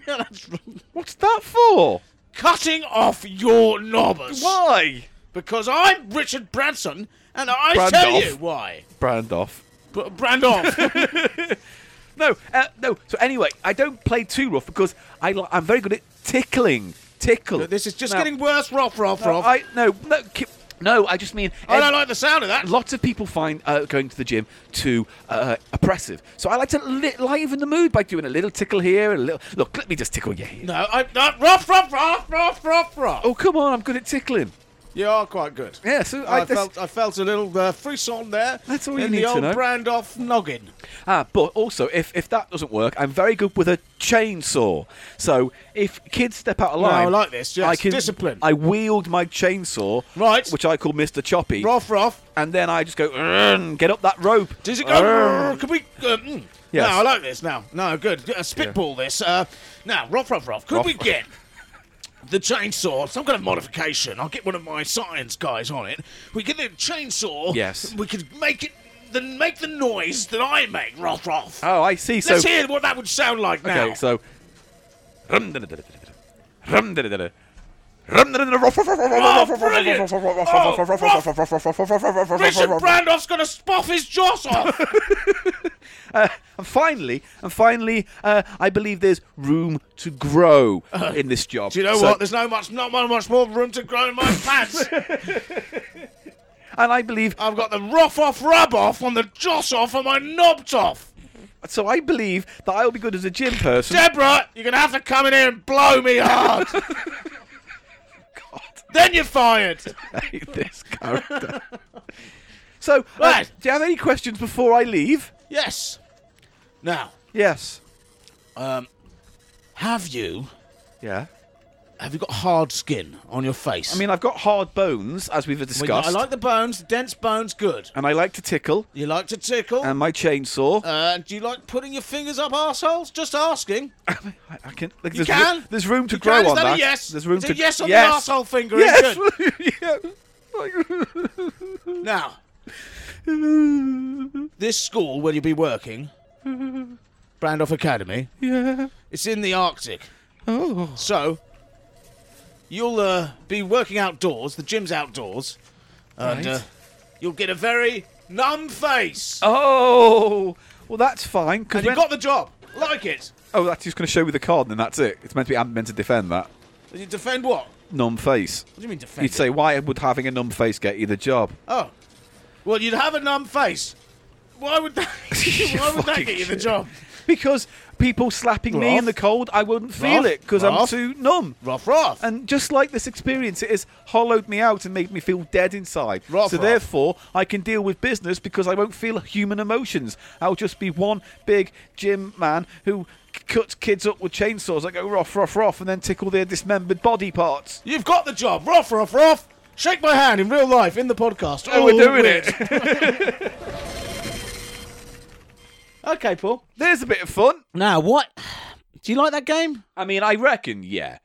what's that for?
cutting off your knobbers.
Why?
Because I'm Richard Branson, and I tell
Brandoff.
you why.
Brand off.
B- Brandoff.
No, uh, no. So anyway, I don't play too rough because I, li- I'm very good at tickling, tickle.
this is just
Now-
getting worse, Roff, Roff,
No,
Roff. I,
Uh, I no, no, ki- no. I just mean
don't like the sound of that.
Lots of people find uh, going to the gym too uh, oppressive. So I like to li- liven the mood by doing a little tickle here and a little. Look, let me just tickle you here.
No, I, no, Roff, Roff, Roff, Roff, Roff, Roff.
Oh, come on, I'm good at tickling.
You are quite good.
Yeah, so I,
I,
that's-
felt, I felt a little uh, frisson there.
That's all
in
you
the
need to
old
know.
Brandoff noggin.
Ah, but also, if, if that doesn't work, I'm very good with a chainsaw. So if kids step out of
No, I
line,
like this, yes.
I can,
Discipline.
I wield my chainsaw,
Right.
which I call Mister Choppy,
Roff, Roff.
and then I just go "Urgh," um, get up that rope.
Does it go?
Urgh.
Can we? Uh, mm.
Yes.
No, I like this now. No, good. Uh, spitball this. Uh, now, rough, rough, rough. Could
Rough,
we
rough.
get the chainsaw? Some kind of modification. I'll get one of my science guys on it. We get the chainsaw.
Yes.
We could make it. Then make the noise that I make. Rough, rough.
Oh, I see.
Let's
so
hear what that would sound like now.
Okay, so. Rum da da da da da da. Rum da da da da. Rum da da da da. Ruff, ruff, ruff, ruff, ruff, ruff, ruff, ruff, ruff,
brilliant.
ruff, ruff,
Oh,
ruff, ruff, ruff,
Ruff.
ruff, ruff, ruff, ruff, ruff, ruff,
Richard
ruff, ruff.
Brandoff's gonna spoff his joss off.
And finally, and finally, uh, I believe there's room to grow in this job.
Do you know
So-
what? There's no much, not much more room to grow in my pants.
And I believe,
I've got the rough off, rub off on the joss off and my knob off.
so I believe that I'll be good as a gym person.
Deborah, you're gonna have to come in here and blow me hard. Then you're fired.
hate this character. so, uh,
Right.
do you have any questions before I leave?
Yes. Now,
Yes.
have you
Yeah.
have you got hard skin on your face?
I mean, I've got hard bones, as we've
Well, yeah, I
discussed,
like the bones, dense bones, good.
and I like to tickle,
You like to tickle?
and my chainsaw.
uh, do you like putting your fingers up arseholes? Just asking.
I, I can. Like,
You
there's
can.
Ro- there's room to
You
grow
can. Is
on
that a
that.
yes?
There's room
Is
to
it yes on the
yes.
arsehole finger is
Yes.
Now, this school where you'll be working, Brandoff Academy,
yeah. yeah.
it's in the Arctic.
Oh.
So, you'll uh, be working outdoors. The gym's outdoors, and
Right.
uh, you'll get a very numb face.
Oh. Well, that's fine. Cause
and you
when-
got the job. Like it.
oh, that's just going to show me the card, and then that's it. It's meant to be. I'm meant to defend that
Did you defend what? What
numb face.
do you mean defend?
You'd
it?
say, why would having a numb face get you the job?
Oh, well, you'd have a numb face. Why would that? why would that
Fucking
get you the
shit.
job?
Because people slapping me
Ralph?
in the cold, I wouldn't feel
Ralph?
it because I'm
Ralph?
too numb.
Rough, rough.
And just like this experience, it has hollowed me out and made me feel dead inside.
Rough,
so
rough.
therefore, I can deal with business because I won't feel human emotions. I'll just be one big gym man who c- cuts kids up with chainsaws. I go rough, rough, rough, and then tickle their dismembered body parts.
You've got the job. Rough, rough, rough. Shake my hand in real life in the podcast.
Oh, we're
All
doing
weird.
it.
Okay, Paul.
There's a bit of fun.
Now, what? Do you like that game?
I mean, I reckon, yeah.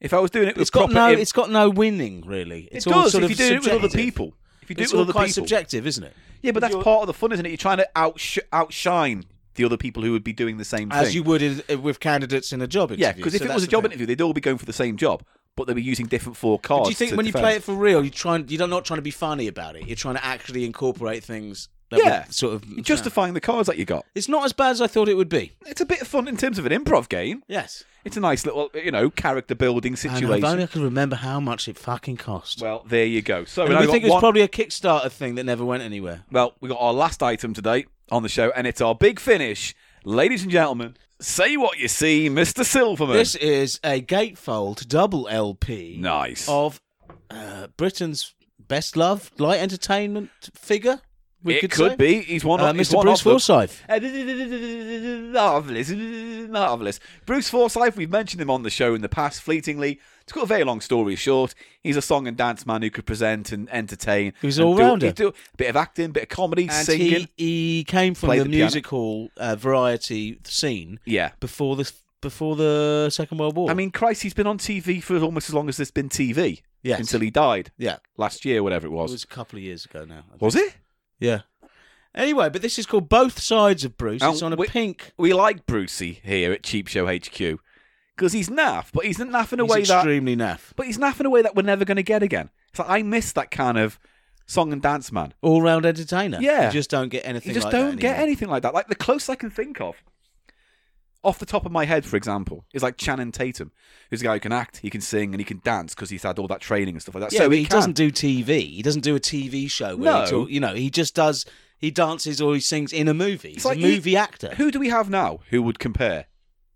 If I was doing it with
It's got
proper
no.
im-
It's got no winning really.
it
It's all
does
sort
if you
of
do it with other
subjective.
people. If you do
it's
it
all
with other
quite
people,
subjective, isn't it?
yeah, but that's part of the fun, isn't it? You're trying to outsh- outshine the other people who would be doing the same
As
thing.
you would in, uh, with candidates in a job interview.
Yeah, because if
So
it was
that's
a job
the thing.
interview, they'd all be going for the same job, but they'd be using different four cards.
do you think
to
when you
defend.
play it for real, you try and, you're not trying to be funny about it. You're trying to actually incorporate things. That
Yeah.
would sort of
You're justifying the cards that you got?
It's not as bad as I thought it would be.
It's a bit of fun in terms of an improv game.
Yes.
It's a nice little, you know, character building
And
situation.
if only I could remember how much it fucking cost.
Well, there you go. So
and
now
we
we've
think
got
it was
one-
probably a Kickstarter thing that never went anywhere.
well, we got our last item today on the show, and it's our big finish, ladies and gentlemen. Say what you see, Mr. Silverman.
This is a gatefold double LP
nice.
of uh, Britain's best loved light entertainment figure. We
it could,
Uh,
could, say.
be. He's one.
Uh,
of, he's
Mr.
one
Bruce
of them.
Forsyth.
Marvelous. Marvellous. Bruce Forsyth, we've mentioned him on the show in the past fleetingly. To cut a very long story short, he's a song and dance man who could present and entertain.
He was
and
all
do-
rounder.
he'd do a bit of acting, bit of comedy,
And
singing.
he, he came from
Played
the,
the piano.
music hall uh, variety scene
Yeah.
before the before the Second World War.
I mean, Christ, he's been on TV for almost as long as there's been TV.
Yes.
Until he died
yeah,
last year, whatever it
it
was.
was a couple of years ago now.
Was it?
Yeah. Anyway, but this is called Both Sides of Bruce.
And
it's on a
we-
pink.
We like Brucey here at Cheap Show HQ because he's naff, but he's naff in a
He's
way that
extremely naff.
But he's naff in a way that we're never going to get again. It's like I miss that kind of song and dance man.
All round entertainer.
Yeah.
You just don't get anything
You just
like that
don't get
anymore.
anything like that. Like the closest I can think of, off the top of my head, for example, is like Channing Tatum, who's a guy who can act, he can sing, and he can dance because he's had all that training and stuff like that.
Yeah,
so
but
he,
he,
can.
doesn't do TV. He doesn't do a TV show where
No.
he talk, you know, he just does he dances or he sings in a movie. He's
like
a
he-
movie actor.
Who do we have now who would compare?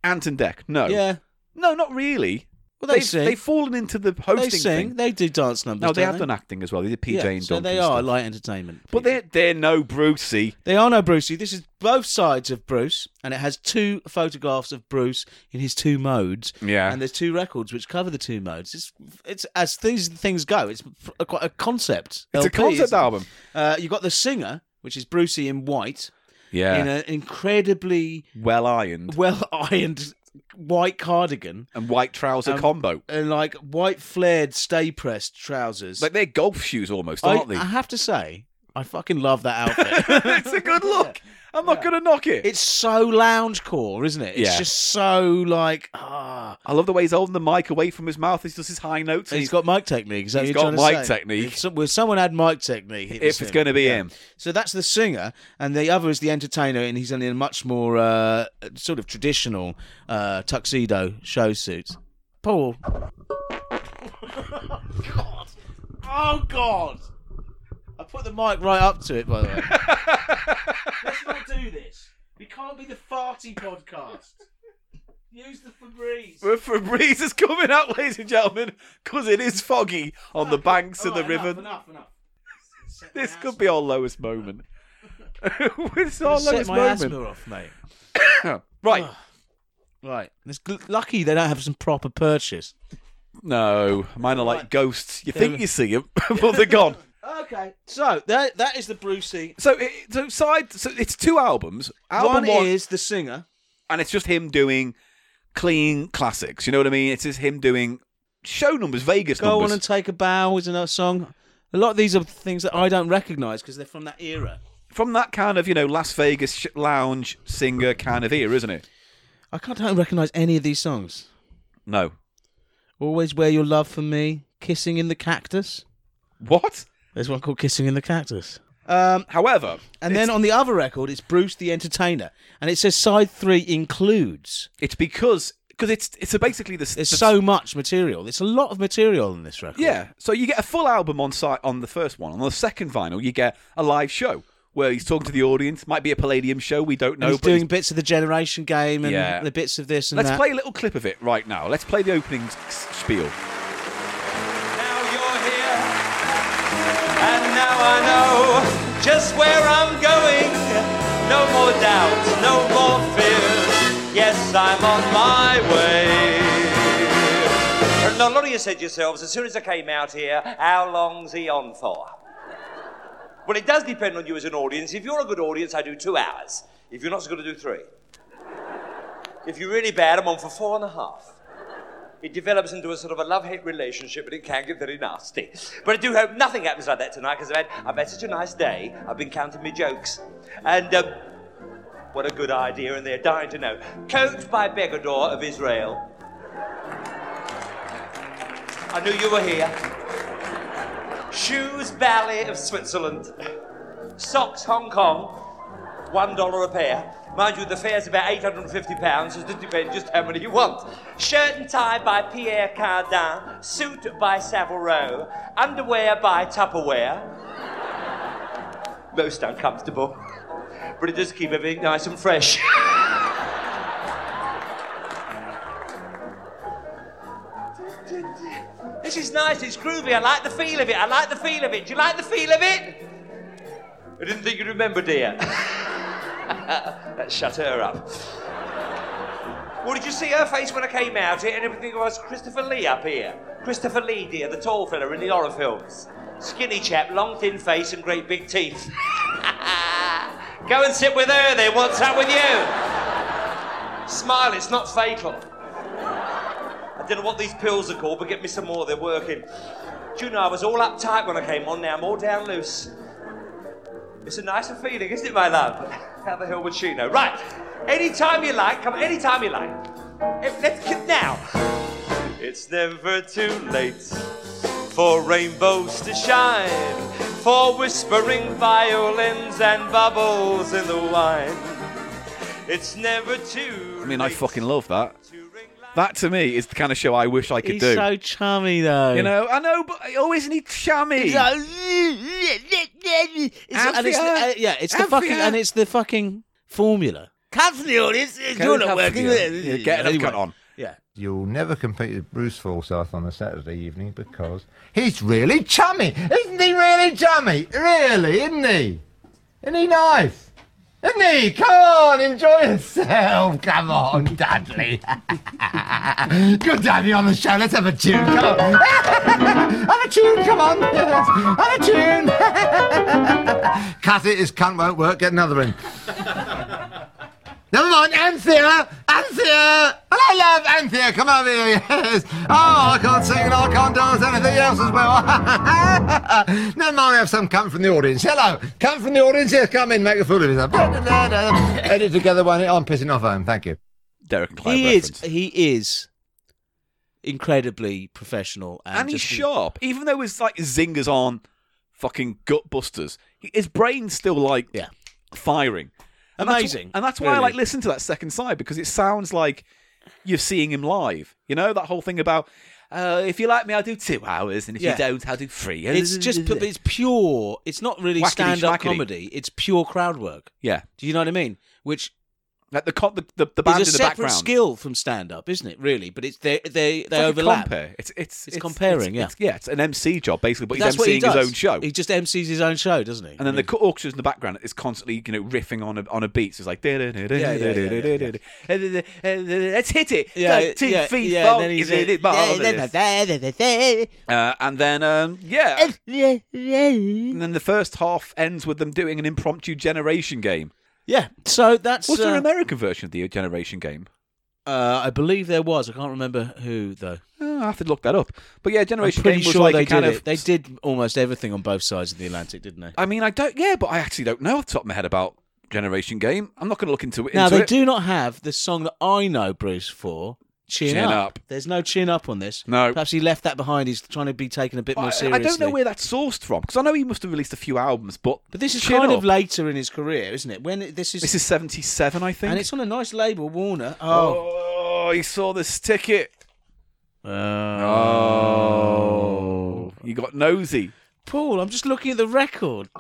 Anton Deck? No.
Yeah.
No, not really.
Well, they
have
sing.
They've fallen into the
They
hosting
sing.
thing.
They do dance numbers.
no, they
don't
have done acting as well. They did PJ
yeah,
and
so
Donkey
they
and
are
stuff.
light entertainment.
But
people.
they're they're no Brucey.
They are no Brucey. This is both sides of Bruce, and it has two photographs of Bruce in his two modes.
Yeah.
and there's two records which cover the two modes. It's it's as these things go. It's a, quite a concept.
It's a
LP,
concept
isn't it?
album.
Uh, you've got the singer, which is Brucey in white,
Yeah.
in an incredibly
well ironed
well ironed white cardigan
and white trouser
Um,
combo.
and like white flared stay pressed trousers.
Like they're golf shoes almost,
I,
aren't they?
I have to say, I fucking love that outfit.
it's a good look. I'm not going to knock it.
It's so loungecore, isn't it? It's
Yeah. Oh,
just so like ah.
I love the way he's holding the mic away from his mouth. He does his high notes.
he's got mic technique. Is that
he's
what you're
got
trying to
mic
say?
technique.
If, some, well, someone had mic technique, it was
if it's
him.
going to be
Yeah.
him,
So that's the singer, and the other is the entertainer, and he's in a much more uh, sort of traditional uh, tuxedo show suit. Paul. God. Oh, God. I put the mic right up to it, by the way. Let's not do this. We can't be the farty podcast. Use the Febreze.
Well, Febreze is coming out, ladies and gentlemen, because it is foggy on the banks of the
Alright, enough,
river.
Enough, enough. Set my
This
ass-
could be our lowest moment. it's our
set
lowest
my asthma
moment.
off, mate.
Right.
Right. It's gl- lucky they don't have some proper purchase.
No, mine are like
Right.
ghosts. You think you see them, but they're gone.
Okay. So that that is the Brucey.
So, it, so side. So it's two albums. Album
One,
one,
is the singer.
and it's just him doing clean classics. You know what I mean? It's just him doing show numbers, Vegas
Go
numbers.
on and take a bow is another song. A lot of these are things that I don't recognise because they're from that era.
From that kind of you know Las Vegas sh- lounge singer kind of era, isn't it?
I can't don't recognise any of these songs.
No.
Always wear your love for me. Kissing in the cactus.
What?
There's one called Kissing in the Cactus. Um,
However,
and then on the other record, it's Bruce the Entertainer, and it says side three includes.
it's because because it's it's basically the,
There's
the-
so much material. There's a lot of material in this record.
yeah. So you get a full album on site on the first one. On the second vinyl, you get a live show where he's talking to the audience. Might be a Palladium show. We don't know.
he's
but he's-
doing bits of the generation game and
Yeah.
the bits of this and
Let's
that.
play a little clip of it right now. Let's play the opening s- s- spiel.
Now you're here, and now I know just where I'm going. No more doubts, no more fears. Yes, I'm on my way. Now, a lot of you said yourselves, as soon as I came out here, how long's he on for? Well, it does depend on you as an audience. If you're a good audience, I do two hours. If you're not so good, I do three. If you're really bad, I'm on for four and a half. It develops into a sort of a love-hate relationship, and it can get very nasty. But I do hope nothing happens like that tonight, because I've had, I've had such a nice day. I've been counting my jokes, and um, what a good idea! And they're dying to know. Coached by Begador of Israel, I knew you were here. Shoes Ballet of Switzerland, socks Hong Kong, one dollar a pair. Mind you, the fare's about 850 pounds, so it depends just how many you want. Shirt and tie by Pierre Cardin, suit by Savile Row, underwear by Tupperware. Most uncomfortable, but it does keep everything nice and fresh. This is nice, it's groovy, I like the feel of it, I like the feel of it. Do you like the feel of it? I didn't think you'd remember, dear. that shut her up. Well, did you see her face when I came out here and everything was Christopher Lee up here? Christopher Lee, dear, the tall fella in the horror films. Skinny chap, long thin face and great big teeth. Go and sit with her then, what's up with you? Smile, it's not fatal. I don't know what these pills are called, but get me some more, they're working. Do you know, I was all uptight when I came on, now I'm all down loose. It's a nicer feeling, isn't it, my love? How the hell would she know? Right. Anytime you like, come anytime you like. Eh, Let's get now. It's never too late for rainbows to shine, for whispering violins and bubbles in the wine. It's never too.
I mean, I fucking love that. That to me is the kind of show I wish I could
He's
do.
so chummy though.
you know, I know, but oh, isn't he chummy?
He's like, It's- and it's the,
Anthea!
uh, yeah, it's the
Anthea!
fucking and it's the fucking formula. Come from the audience. You're not working.
Yeah, get another cut on.
Yeah.
You'll never compete with Bruce Forsyth on a Saturday evening because he's really chummy. Isn't he really chummy? Really, isn't he? Isn't he nice? Isn't he? Come on, enjoy yourself. Come on, Dudley. Good to have you on the show. Let's have a tune. Come on. have a tune. Come on. have a tune. Cut it. His cunt won't work. Get another in. Never mind, Anthea! Anthea! Hello, love, Anthea, come over here, yes! Oh, I can't sing and I can't dance anything else as well! Never mind, we have some come from the audience. Hello! Come from the audience, yes, come in, make a fool of yourself. Edit together one, I'm pissing off home, thank you.
Derek and Clive
He
reference.
is. He is incredibly professional and,
and he's
just-
sharp. Even though his like zingers on fucking gut busters, he- his brain's still like
Yeah.
firing. And
Amazing,
That's, and that's why I
really.
like listen to that second side because it sounds like you're seeing him live. You know that whole thing about uh, if you like me, I'll do two hours, and if
Yeah.
you don't, I'll do three.
It's just pu- it's pure. It's not really
Whackity
stand-up
schmackity.
comedy. It's pure crowd work.
yeah,
Do you know what I mean? Which
like the co- the, the, the band
is a
in the
separate
background.
skill from stand-up, isn't it? Really, but it's they they they
It's like a
overlap.
compare. It's it's
It's comparing, yeah.
it's, yeah, it's an MC job basically, but
That's
he's
what he
emceeing
does.
his own show.
He just MCs his own show, doesn't he?
And then the co- orchestra in the background is constantly, you know, riffing on a on a beat. So it's like,
yeah, yeah, yeah,
let's hit it.
yeah,
Thirteen
yeah,
feet.
yeah,
long
and then
is
he's
it it marvelous? Uh, And then, um, yeah, and then the first half ends with them doing an impromptu generation game.
Yeah, so that's
Was there an
uh,
American version of the generation game?
uh, I believe there was. I can't remember who though.
Uh, I have to look that up. But yeah,
I'm
generation
pretty
game was
sure
like
they
a kind
did
of.
it. They did almost everything on both sides of the Atlantic, didn't they?
I mean, I don't. Yeah, but I actually don't know off the top of my head about generation game. I'm not going to look into it.
Now
into
they
it.
do not have the song that I know Bruce for. Chin,
Chin
up.
Up.
There's no chin up on this.
No.
Perhaps he left that behind. He's trying to be taken a bit more
I,
seriously.
I don't know where that's sourced from because I know he must have released a few albums, but
But this is
Chin
kind
Up.
of later in his career, isn't it? When it- this is,
This is 77, I think.
and it's on a nice label, Warner. Oh,
oh, he saw this ticket.
Uh, Oh.
You got nosy.
Paul, I'm just looking at the record.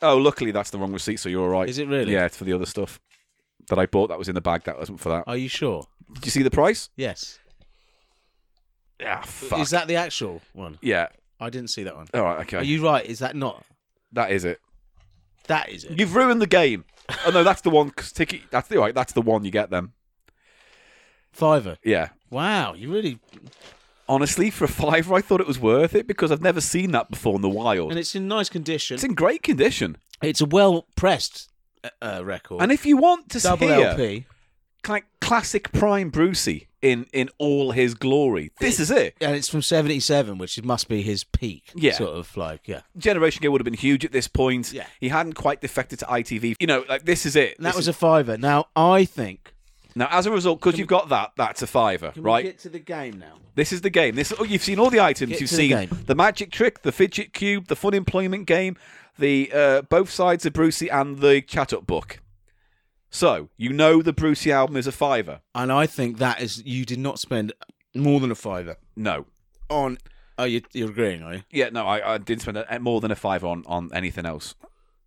Oh, luckily that's the wrong receipt, so you're all right.
Is it really?
Yeah, it's for the other stuff that I bought that was in the bag. That wasn't for that.
Are you sure?
Did you see the price?
Yes.
Yeah, fuck.
Is that the actual one?
Yeah.
I didn't see that one.
All right, okay.
Are you right? Is that not?
That is it.
That is it.
You've ruined the game. oh no, that's the one 'cause ticket. That's the all right. That's the one you get them.
Fiver.
Yeah.
Wow, you really.
Honestly, for a fiver, I thought it was worth it because I've never seen that before in the wild.
And it's in nice condition.
it's in great condition.
It's a well pressed uh, uh, record.
And if you want to
double
hear
LP.
like classic prime Brucey in in all his glory. This is it.
And it's from 77, which it must be his peak.
Yeah.
Sort of like, yeah.
Generation Gear would have been huge at this point.
Yeah.
He hadn't quite defected to ITV. You know, like this is it.
And that
This
was
is-
a fiver. Now, I think.
now as a result because you've got that. That's a fiver,
Can
right?
we get to the game now?
This is the game. This oh, you've seen all the items.
Get
you've
to the
seen
game.
the magic trick, the fidget cube, the fun employment game, the uh, both sides of Brucey, and the chat up book. So you know the Brucey album is a fiver.
And I think that is. You did not spend more than a fiver
No.
on. Oh, you, you're agreeing, are you?
Yeah, no, I, I didn't spend a, more than a fiver on, on anything else.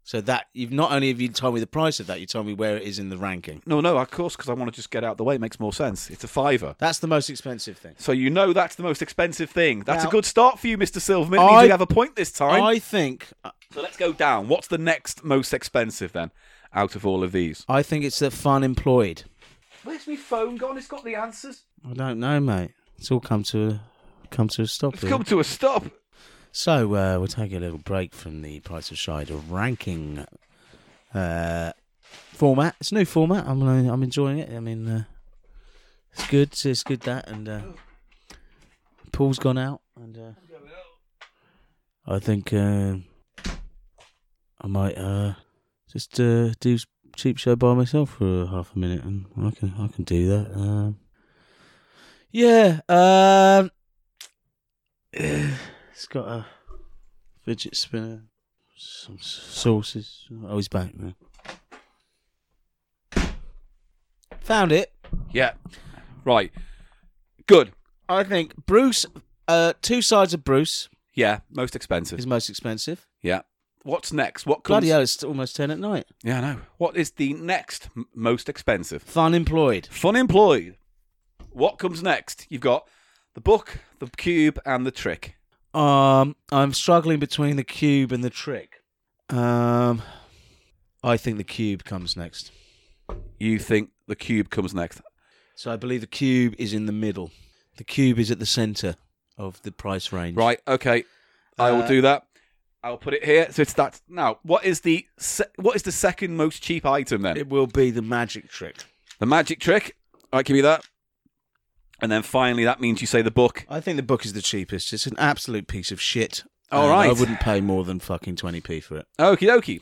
So that you've not only have you told me the price of that, you told me where it is in the ranking.
No, no, of course, because I want to just get out the way. It makes more sense. It's a fiver.
That's the most expensive thing.
So you know that's the most expensive thing. That's
Now-
a good start for you, Mr. Silverman.
I-
I, you have a point this time.
I think
so let's go down. What's the next most expensive then out of all of these?
I think it's the fun employed.
Where's my phone gone? It's got the answers.
I don't know, mate. It's all come to a come to a stop.
It's
here.
come to a stop.
So uh, we'll take a little break from the Price of Cider ranking uh, format. It's a new format. I'm uh, I'm enjoying it. I mean, uh, it's good. So it's good that and uh, Paul's gone out and uh, I think uh, I might uh, just uh, do s- cheap show by myself for half a minute and I can I can do that. Um yeah. Um, it's got a fidget spinner, some s- sauces. Oh, he's back now. Found it.
Yeah. Right. Good.
I think Bruce, uh, two sides of Bruce
Yeah. Most expensive.
is most expensive.
Yeah. What's next? What comes?
Bloody hell, it's almost 10 at night.
Yeah, I know. What is the next m- most expensive?
Fun employed.
Fun employed. What comes next? You've got the book, the cube, and the trick.
Um, I'm struggling between the cube and the trick. Um, I think the cube comes next.
You think the cube comes next?
So I believe the cube is in the middle. The cube is at the centre of the price range.
Right. Okay. I will
Uh,
do that. I'll put it here. So it's that. Now, what is the se- what is the second most cheap item then?
It will be the magic trick.
The magic trick. All right, give me that. And then finally, that means you say the book.
I think the book is the cheapest. It's an absolute piece of shit.
All
And
right.
I wouldn't pay more than fucking 20p for it.
Okie dokie.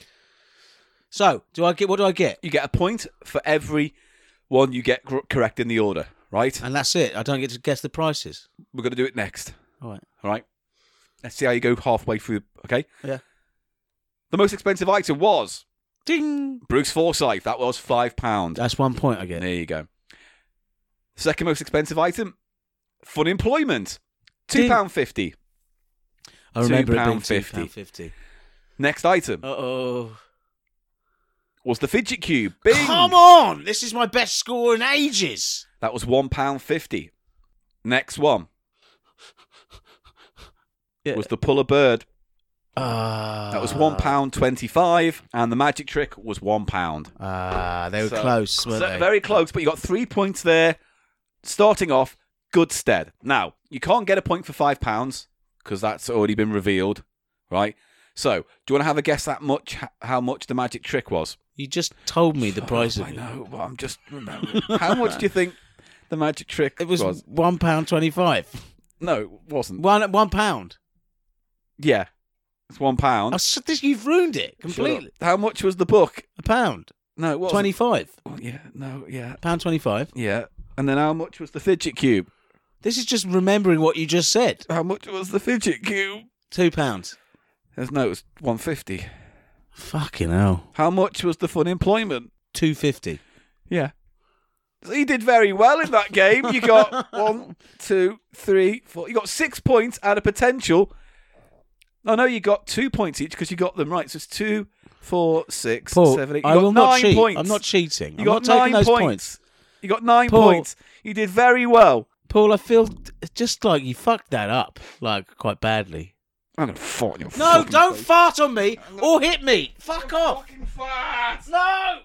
So, do I get what do I get?
You get a point for every one you get gr- correct in the order. Right.
And that's it. I don't get to guess the prices.
We're gonna do it next.
All right.
All right. Let's see how you go halfway through. Okay.
Yeah.
The most expensive item was
Ding.
Bruce Forsyth. That was five pound.
That's one point I get.
There you go. Second most expensive item, fun employment, two
Ding.
pound fifty.
I remember it being
£2.50.
£2.50.
Next item
Uh-oh.
was the fidget cube. Bing.
Come on! This is my best score in ages.
That was one pound fifty. Next one
Yeah.
was the pull a bird.
Ah.
That was one pound twenty-five, and the magic trick was one pound.
Ah, they were
So-
close,
So
weren't they?
very close, but you got three points there. Starting off, good stead. Now, you can't get a point for five pounds because that's already been revealed, right? So, do you want to have a guess that much h- how much the magic trick was?
You just told me the price of
Oh, I
it.
know, but I'm just remembering. how much do you think the magic trick
It was £1.25.
No, it wasn't.
One, one pound.
Yeah, it's one
I
pound.
s- this- You've ruined
Shut
it
up.
completely.
How much was the book?
A pound.
No, it wasn't.
25.
Yeah, no, yeah,
Pound 25.
yeah. And then how much was the fidget cube?
This is just remembering what you just said.
How much was the fidget cube?
Two pounds.
There's no, it was 150.
Fucking hell.
How much was the fun employment?
Two fifty.
Yeah. So he did very well in that game. You got one, two, three, four. You got six points out of potential. No, no, you got two points each because you got them right. So it's two, four, six,
Paul,
seven, eight. You
I
got
will
nine
not cheat.
points.
I'm not cheating.
You
I'm
got
not taking
nine
those
points.
points.
You got nine
Paul.
points. You did very well.
Paul, I feel just like you fucked that up, like quite badly.
I'm gonna fart in your
No, don't fart on me or hit me. Fuck off. No.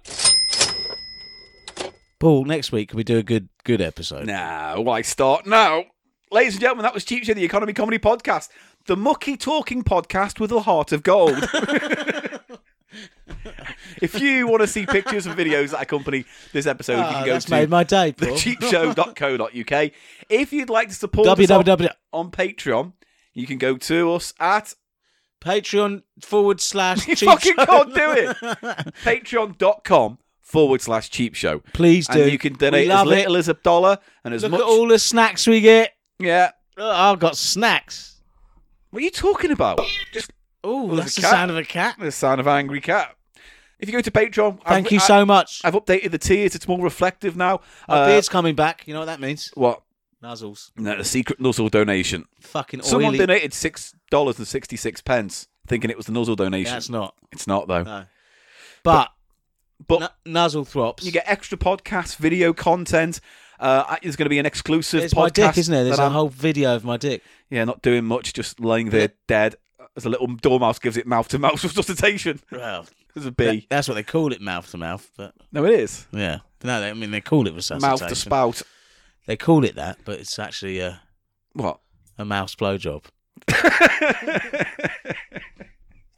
Paul, next week can we do a good good episode?
Now, why start now? Ladies and gentlemen, that was Cheap Show, the Economy Comedy Podcast, the mucky talking podcast with a heart of gold. if you want to see pictures and videos that accompany this episode, you
Ah,
can go
that's
to
made my day, Paul.
thecheapshow.co.uk. If you'd like to support us on,
www.
on Patreon, you can go to us at
Patreon forward slash.
You
cheap
fucking
show.
can't do patreon.com forward slash cheap show.
Please do.
And you can donate
We
as
love it.
little as a dollar and as
Look
much.
at all the snacks we get.
yeah.
Oh, I've got snacks.
What are you talking about?
Oh, that's
a
the
cat.
sound of a cat.
The sound of an angry cat. If you go to Patreon,
Thank
I've,
you so much.
I've updated the tiers. It's more reflective now.
Our
Uh,
beard's coming back. You know what that means?
what?
Nuzzles.
No, a secret nuzzle donation.
Fucking oily.
Someone donated six dollars and sixty six pence, thinking it was the nuzzle donation.
That's not.
it's not though.
No. But,
But-
nu- nuzzle throps.
You get extra podcasts, video content. Uh, there's going to be an exclusive
There's
podcast.
my dick, isn't there? There's
that
a
I'm-
whole video of my dick.
yeah, not doing much, just lying there dead. As a little dormouse gives it mouth to mouth resuscitation.
Well,
There's a bee.
that's what they call it, mouth to mouth. But
No, it is.
yeah, No, they, I mean they call it resuscitation.
Mouth to spout.
They call it that, but it's actually a,
What?
a mouse blowjob.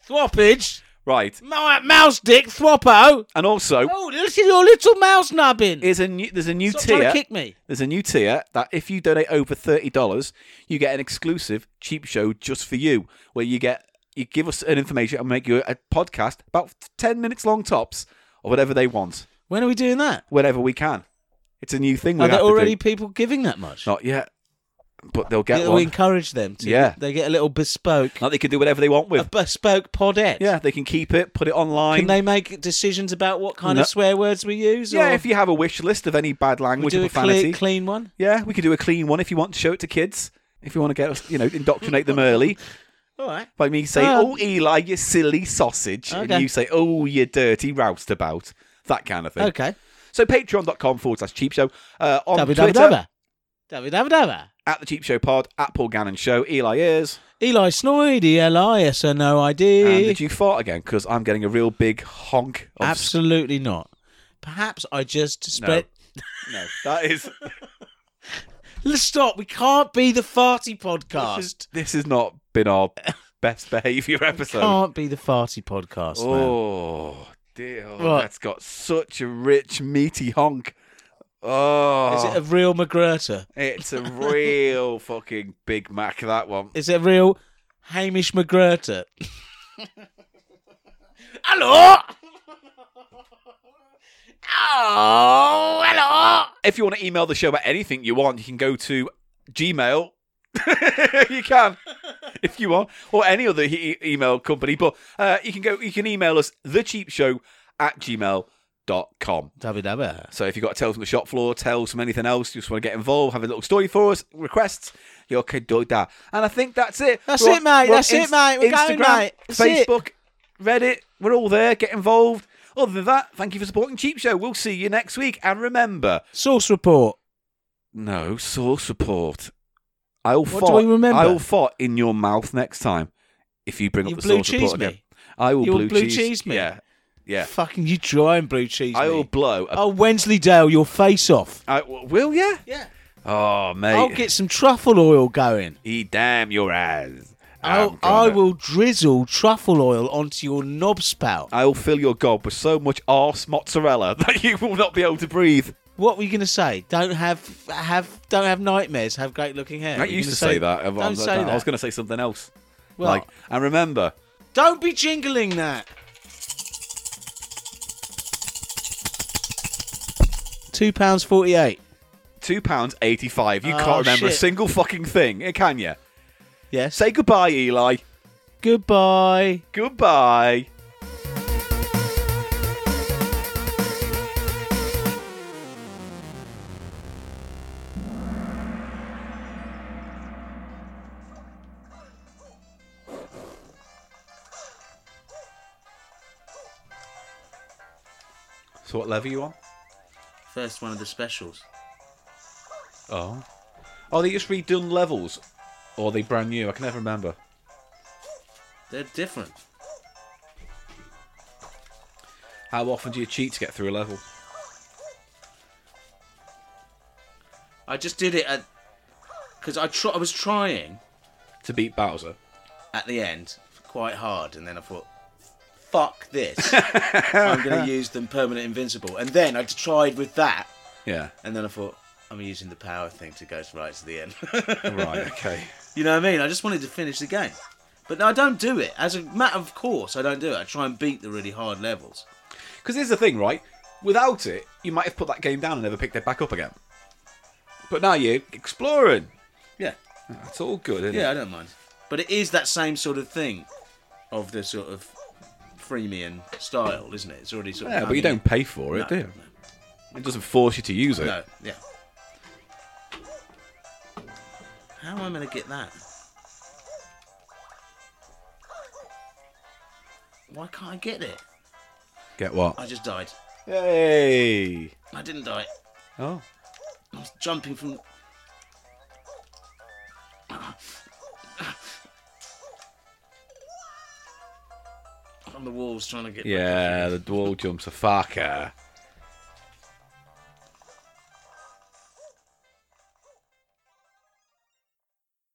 Thwoppage,
Right.
Mo- mouse dick, thwoppo.
And also,
Oh, this is your little mouse nubbin.
is a new, there's a new
Stop trying
tier.
to kick me.
There's a new tier that if you donate over thirty dollars, you get an exclusive cheap show just for you, where you get you give us an information and make you a podcast about ten minutes long tops or whatever they want,
When are we doing that?
whenever we can. It's a new thing. We
Are there
have to
already
do.
people giving that much?
not yet, but they'll get
Yeah,
one.
we encourage them to.
Yeah.
They get a little bespoke,
Like they can do whatever they want
a
with.
bespoke podette.
Yeah, they can keep it, put it online.
Can they make decisions about what kind
No.
of swear words we use?
yeah,
or
if you have a wish list of any bad
we
language
do
or
a clear,
profanity,
clean one?
yeah, we could do a clean one if you want to show it to kids. If you want to get us, you know, indoctrinate them early.
All right.
By me saying,
Um,
"Oh, Eli, you silly sausage,"
Okay.
and you say, "Oh, you dirty roustabout," that kind of thing.
Okay.
So Patreon.com forward slash Cheap Show uh, on
Dabba dabba
Twitter
dabba. Dabba dabba dabba.
at the Cheap Show Pod at Paul Gannon Show. Eli is.
Eli Snoid, E E-L-I-S, and no
And
idea.
did you fart again? Because I'm getting a real big honk. Of
Absolutely not. Perhaps I just spread.
no, that is
Let's stop. We can't be the farty podcast.
this has not been our best behaviour episode.
Can't be the farty podcast. man.
Oh dear, oh,
What?
that's got such a rich meaty honk. Oh,
Is it a real McGrurter?
it's a real fucking Big Mac that one.
Is it a real Hamish McGrurter? hello. Oh, hello.
if you want to email the show about anything you want, you can go to Gmail. you can, if you want, or any other e- email company. But uh, you can go. You can email us thecheapshow at gmail.com.
Dabba dabba.
So if you've got tales from the shop floor, tales from anything else, you just want to get involved, have a little story for us, requests, you can do that. And I think that's it.
That's
We're
it, mate.
we're
That's it, mate. We're going,
Instagram,
mate. That's it.
Facebook, Reddit, we're all there. Get involved. Other than that, thank you for supporting Cheap Show. We'll see you next week. And remember,
Source report.
no, source report. I'll
What do
fart.
we remember?
I'll fart in your mouth next time if you bring
You
up the
blue
source
cheese
report
me.
again. I will
You will
blue,
blue cheese me.
Yeah, yeah.
Fucking you try and blue cheese.
I
me.
will blow. A,
Oh, Wensleydale, your face off.
I w- will you?
Yeah.
Oh mate,
I'll get some truffle oil going.
he damn your ass.
I'll,
I'm
I
gonna-
will drizzle truffle oil onto your knob spout.
I will fill your gob with so much arse mozzarella that you will not be able to breathe.
What were you going to say? Don't have have don't have nightmares. Have great looking hair.
I
Were you
used
gonna
to say, that. I was,
Don't say that.
I was going to say something else.
What?
Like, and remember,
Don't be jingling that. Two pounds forty-eight.
two pounds eighty-five. You
Oh,
can't remember a
shit.
single fucking thing, eh, can you?
Yes.
Say goodbye, Eli.
goodbye.
Goodbye. So what level you on?
First one of the specials.
Oh. Are they just redone levels? Or are they brand new? I can never remember.
They're different.
How often do you cheat to get through a level?
I just did it at because I tr- I was trying
To beat Bowser?
at the end quite hard, and then I thought, "Fuck this! I'm going to use them permanent invincible." And then I tried with that,
Yeah.
and then I thought, "I'm using the power thing to go right to the end."
Right, okay.
you know what I mean? I just wanted to finish the game, but I don't do it as a matter of course. I don't do it. I try and beat the really hard levels.
Because here's the thing, right? Without it, you might have put that game down and never picked it back up again. But now you're exploring.
Yeah,
That's all good, isn't
yeah, I
it?
don't mind. But it is that same sort of thing of the sort of freemium style, isn't it? It's already sort of
Yeah, but you
coming in.
don't pay for it,
No,
do you? It doesn't force you to use it.
No, yeah. How am I going to get that? Why can't I get it?
Get what?
I just died.
Hey!
I didn't die.
Oh.
I was jumping from. On the walls trying to get.
Yeah, the wall jumps are fucker.